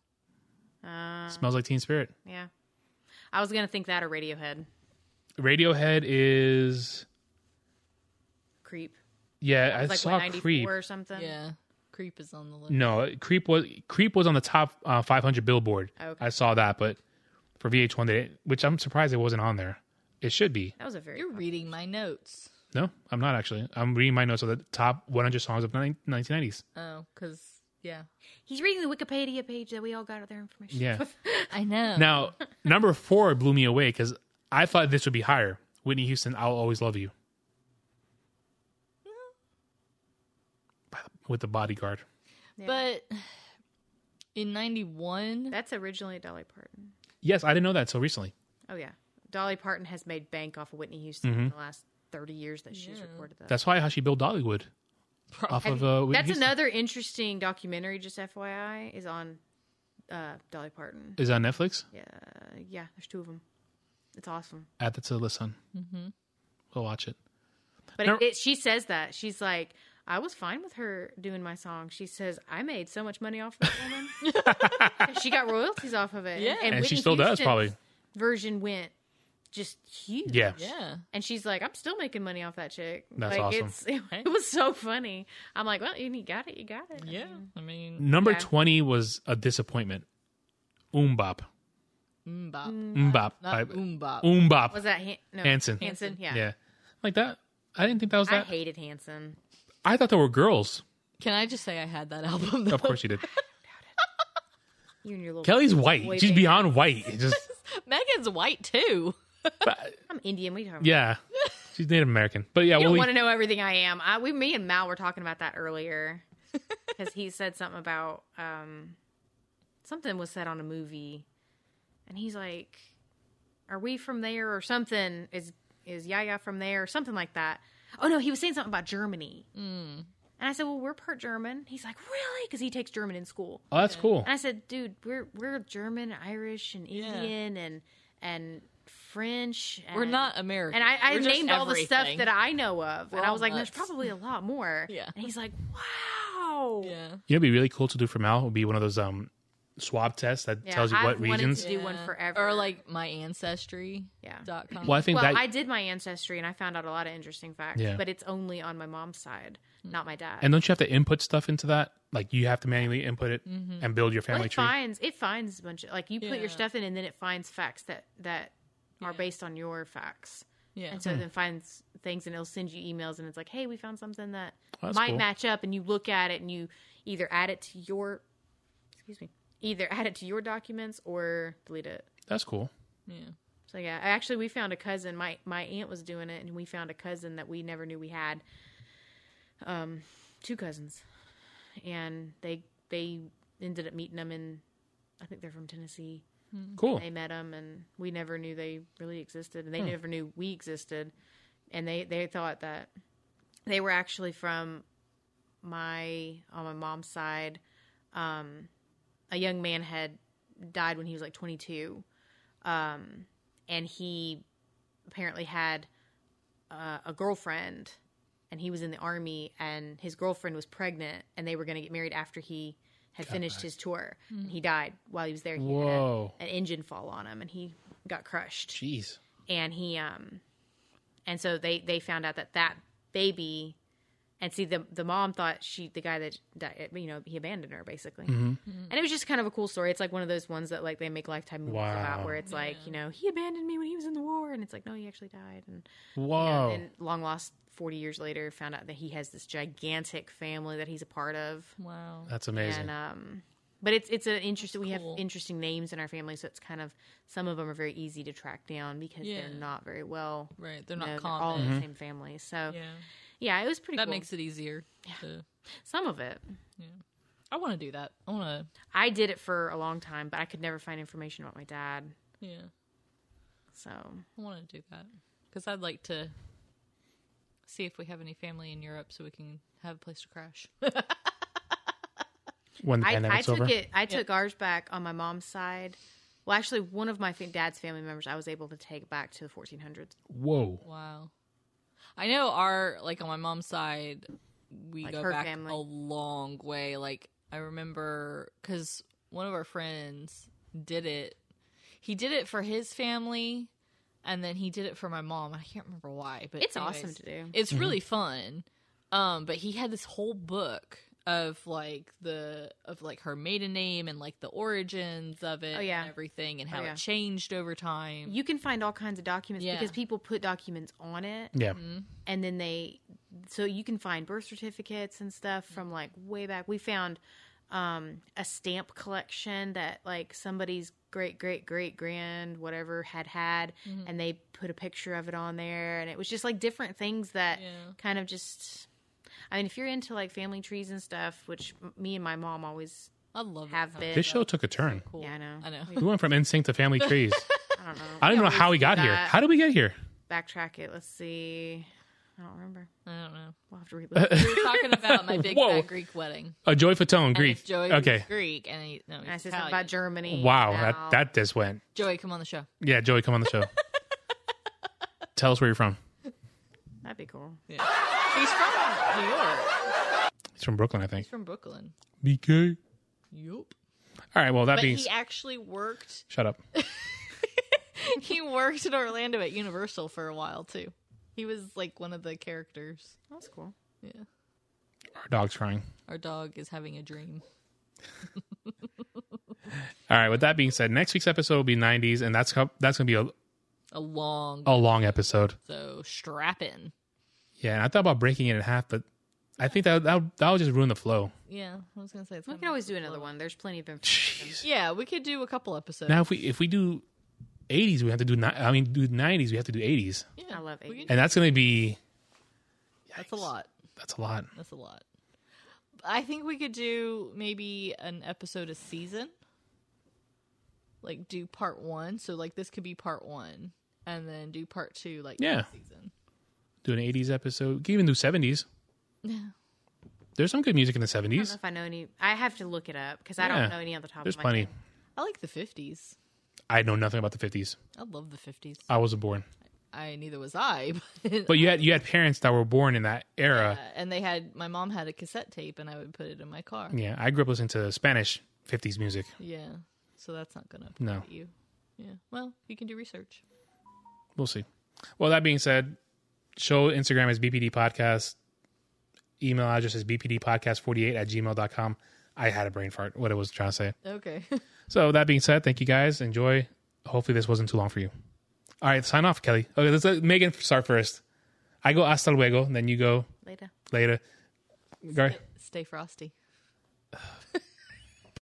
C: Uh,
A: smells like teen spirit
C: yeah, I was gonna think that or Radiohead.
A: radiohead is
C: Creep.
A: yeah i
C: It's like
A: saw
C: what, 94
A: creep
C: or something.
B: Yeah. Creep is on the list.
A: No, Creep was Creep was on the top uh, 500 Billboard.
C: Okay.
A: I saw that, but for VH1, they didn't, which I'm surprised it wasn't on there. It should be.
C: That was a very.
B: You're reading my notes.
A: No, I'm not actually. I'm reading my notes of the top 100 songs of nine- 1990s.
B: Oh, because yeah,
C: He's reading the Wikipedia page that we all got their information.
A: Yeah.
B: I know.
A: Now, number four blew me away because I thought this would be higher. Whitney Houston, I'll Always Love You. By the- With the bodyguard.
B: but in '91,
C: That's originally Dolly Parton.
A: Yes, I didn't know that until recently.
C: Oh yeah, Dolly Parton has made bank off of Whitney Houston in the last thirty years that she's recorded that.
A: Mm-hmm. That's why how she built Dollywood. Off of uh, Whitney
C: That's
A: Houston.
C: another interesting documentary. Just FYI, is on uh, Dolly Parton.
A: Is that on Netflix?
C: Yeah, yeah. There's two of them. It's awesome.
A: Add that to the list, son.
C: Mm-hmm.
A: We'll watch it.
C: But
A: Now-
C: it, it, she says that she's like, I was fine with her doing my song. She says I made so much money off of that woman. she got royalties off of it.
B: Yeah.
A: And she
C: Whitney
A: still does,
C: Houston's
A: probably.
C: Version went just huge.
A: Yeah.
B: yeah,
C: And she's like, I'm still making money off that chick.
A: That's
C: like,
A: awesome.
C: It's, it, was so funny. I'm like, well, you got it. You got it.
B: yeah. I mean,
A: Number
C: Yeah.
A: 20 was a disappointment. Umbop.
C: Mm.
B: mbop,
A: Umbop. I- Mm.
B: not umbop.
A: Umbop.
C: Was that Han- no,
A: Hanson.
C: Hanson? Yeah.
A: Yeah. Like that. I didn't think that was
C: I
A: that.
C: hated Hanson.
A: I thought there were girls.
B: Can I just say I had that album? Though?
A: Of course you did.
C: You and your little.
A: Kelly's white.
C: Way
A: She's
C: back.
A: beyond white. It Just
B: Megan's white too.
C: I'm Indian. We talking.
A: yeah. She's Native American. But yeah,
C: You
A: well,
C: don't
A: we,
C: want to know everything I am. I, we, me and Mal were talking about that earlier because he said something about um, something was said on a movie, and he's like, "Are we from there or something? Is is Yaya from there or something like that?" Oh no, he was saying something about Germany,
B: Mm.
C: and I said, "Well, we're part German." He's like, "Really?" Because he takes German in school.
A: oh, that's cool.
C: And I said, "Dude, we're we're German, Irish, and
B: Yeah.
C: Indian, and and." French. And
B: We're not American.
C: and I, I
B: We're just
C: named all the stuff
B: everything.
C: that I know of,
B: We're
C: and I
B: all
C: was like, "There's
B: nuts."
C: probably a lot more."
B: Yeah.
C: and he's like, "Wow."
B: Yeah,
A: You know, it'd be really cool to do for Mal. It would be one of those um, swab tests that
C: Yeah,
A: tells you
C: I've
A: what
C: wanted to
A: regions.
C: do one
B: Yeah.
C: forever.
B: or like my ancestry.
C: Yeah.
B: dot com.
A: Well, I think
C: Well,
A: that.
C: I did my ancestry, and I found out a lot of interesting facts,
A: Yeah.
C: but it's only on my mom's side,
B: Hmm.
C: not my dad.
A: and don't you have to input stuff into that? Like you have to manually input it and build your
C: Mm-hmm. Well,
A: family
C: it
A: tree.
C: finds it finds a bunch of like you put
B: Yeah.
C: your stuff in, and then it finds facts that that are based on your facts.
B: Yeah,
C: And
A: Hmm.
C: so then finds things and it'll send you emails and it's like, hey, we found something that
A: Well, that's
C: might
A: cool.
C: match up, and you look at it and you either add it to your, excuse me, either add it to your documents or delete it.
A: That's cool.
B: yeah.
C: So yeah, actually, we found a cousin. My my aunt was doing it, and we found a cousin that we never knew we had. Um, two cousins, and they they ended up meeting them in, I think they're from Tennessee.
A: Cool. Hmm.
C: They met them, and we never knew they really existed, and they never knew we existed, and they they thought that they were actually from my on my mom's side. Um, a young man had died when he was like 22, um, and he apparently had uh, a girlfriend, and he was in the army, and his girlfriend was pregnant, and they were going to get married after he had finished his tour. And he died while he was there. He had
A: Hmm. Whoa.
C: an engine fall on him, and he got crushed
A: Jeez.
C: and he um and so they they found out that that baby and see the the mom thought she the guy that died, you know he abandoned her basically and it was just kind of a cool story it's like one of those ones that like they make lifetime movies
A: Wow.
C: about where it's like you know he abandoned me when he was in the war and it's like no he actually died and
A: Whoa.
C: and long lost 40 years later found out that he has this gigantic family that he's a part of
B: Wow.
A: that's amazing.
C: and um but it's it's an interesting we have
B: Cool.
C: interesting names in our family so it's kind of some of them are very easy to track down because
B: Yeah.
C: they're not very well
B: Right, they're
C: known.
B: not
C: They're
B: common.
C: all in the same family so yeah,
B: Yeah,
C: it was pretty
B: that
C: cool.
B: makes it easier. to-
C: some of it
B: I want to do that. I want to.
C: i did it for a long time but i could never find information about my dad
B: Yeah,
C: so
B: I want to do that because I'd like to see if we have any family in Europe so we can have a place to crash.
A: when the
C: I, I
A: pandemic's
C: took
A: over.
C: it i took ours back on my mom's side well actually one of my fa- dad's family members i was able to take back to the 1400s
A: Whoa.
B: Wow. I know our like on my mom's side, we
C: Like
B: go
C: her
B: back
C: family.
B: a long way. Like I remember because one of our friends did it. He did it for his family, and then he did it for my mom. I can't remember why, but
C: It's awesome
B: anyways,
C: to do.
B: It's really fun. Um, but he had this whole book of like the of like her maiden name and like the origins of it
C: Oh, yeah.
B: and everything and how
C: yeah.
B: it changed over time.
C: You can find all kinds of documents
B: Yeah.
C: because people put documents on Mm-hmm. it,
A: Yeah.
C: and then they, so you can find birth certificates and stuff from like way back. We found um, a stamp collection that like somebody's great great great grand whatever had had,
A: Mm-hmm.
C: and they put a picture of it on there, and it was just like different things that
B: Yeah.
C: kind of just. I mean, if you're into like family trees and stuff, which m- me and my mom always,
B: I love
C: have
B: that.
C: been-
A: This show took a turn.
B: Cool.
C: yeah, I know,
B: I know.
A: We went from NSYNC to Family Trees.
C: I don't know,
A: I don't even know how we got here.
C: that.
A: How did we get here?
C: backtrack it. Let's see, I don't remember.
B: I don't know.
C: We'll have to relive.
B: We were talking about my big
A: Whoa.
B: fat Greek wedding.
A: A Joy Fatone,
B: And
A: Greek.
B: it's Joey was
A: okay.
B: Greek and he, no, he's
C: I said something
B: Italian.
C: about Germany.
A: Wow,
C: now.
A: that that just went.
B: Joey, come on the show.
A: Yeah, Joey, come on the show. Tell us where you're from.
C: that'd be cool.
B: He's from New York.
A: He's from Brooklyn, I think.
B: He's from Brooklyn.
A: BK.
B: Yup.
A: All right. Well, that
B: But
A: being
B: he actually worked.
A: shut up.
B: He worked in Orlando at Universal for a while too. He was like one of the characters.
C: That's cool.
B: Yeah.
A: Our dog's crying.
B: Our dog is having a dream.
A: All right. With that being said, next week's episode will be 90s, and that's co- that's gonna be a,
B: A long
A: a long episode.
B: so strap in.
A: Yeah, and I thought about breaking it in half, but I think that that that would just ruin the flow.
B: Yeah, I was gonna say it's
C: We
B: gonna
C: can always do another one. There's plenty of information.
A: Jeez.
B: Yeah, we could do a couple episodes.
A: Now if we if we do 80s, we have to do ni- I mean do 90s, we have to do 80s,
B: yeah,
C: I love
B: we
C: it.
B: could-
A: and that's gonna be
B: That's a lot.
A: that's a lot.
B: That's a lot. I think we could do maybe an episode a season. Like do part one. So like this could be part one, and then do part two. Like
A: Yeah.
B: next season.
A: Do an 80s episode. We can even do 70s. There's some good music in the
C: I don't know
A: 70s.
C: if I know any. I have to look it up because I
A: Yeah.
C: don't know any on the top
A: There's
C: of my
A: plenty.
C: head.
B: I like the fifties.
A: I know nothing about the 50s.
B: I love the fifties.
A: I wasn't born.
B: I neither was I, but, uh,
A: But you had you had parents that were born in that era.
B: and they had my mom had a cassette tape, and I would put it in my car.
A: Yeah, I grew up listening to Spanish 50s music.
B: Yeah. So that's not gonna
A: No.
B: benefit you. Yeah. Well, you can do research.
A: We'll see. Well, that being said, show Instagram is BPD Podcast. Email address is bpdpodcast48 at gmail.com. I had a brain fart, what I was trying to say.
B: Okay.
A: So, that being said, thank you guys. Enjoy. Hopefully, this wasn't too long for you. All right, sign off, Kelly. Okay, let's let Megan start first. I go hasta luego, and then you go
C: Later.
A: later. Gar-
B: Stay frosty.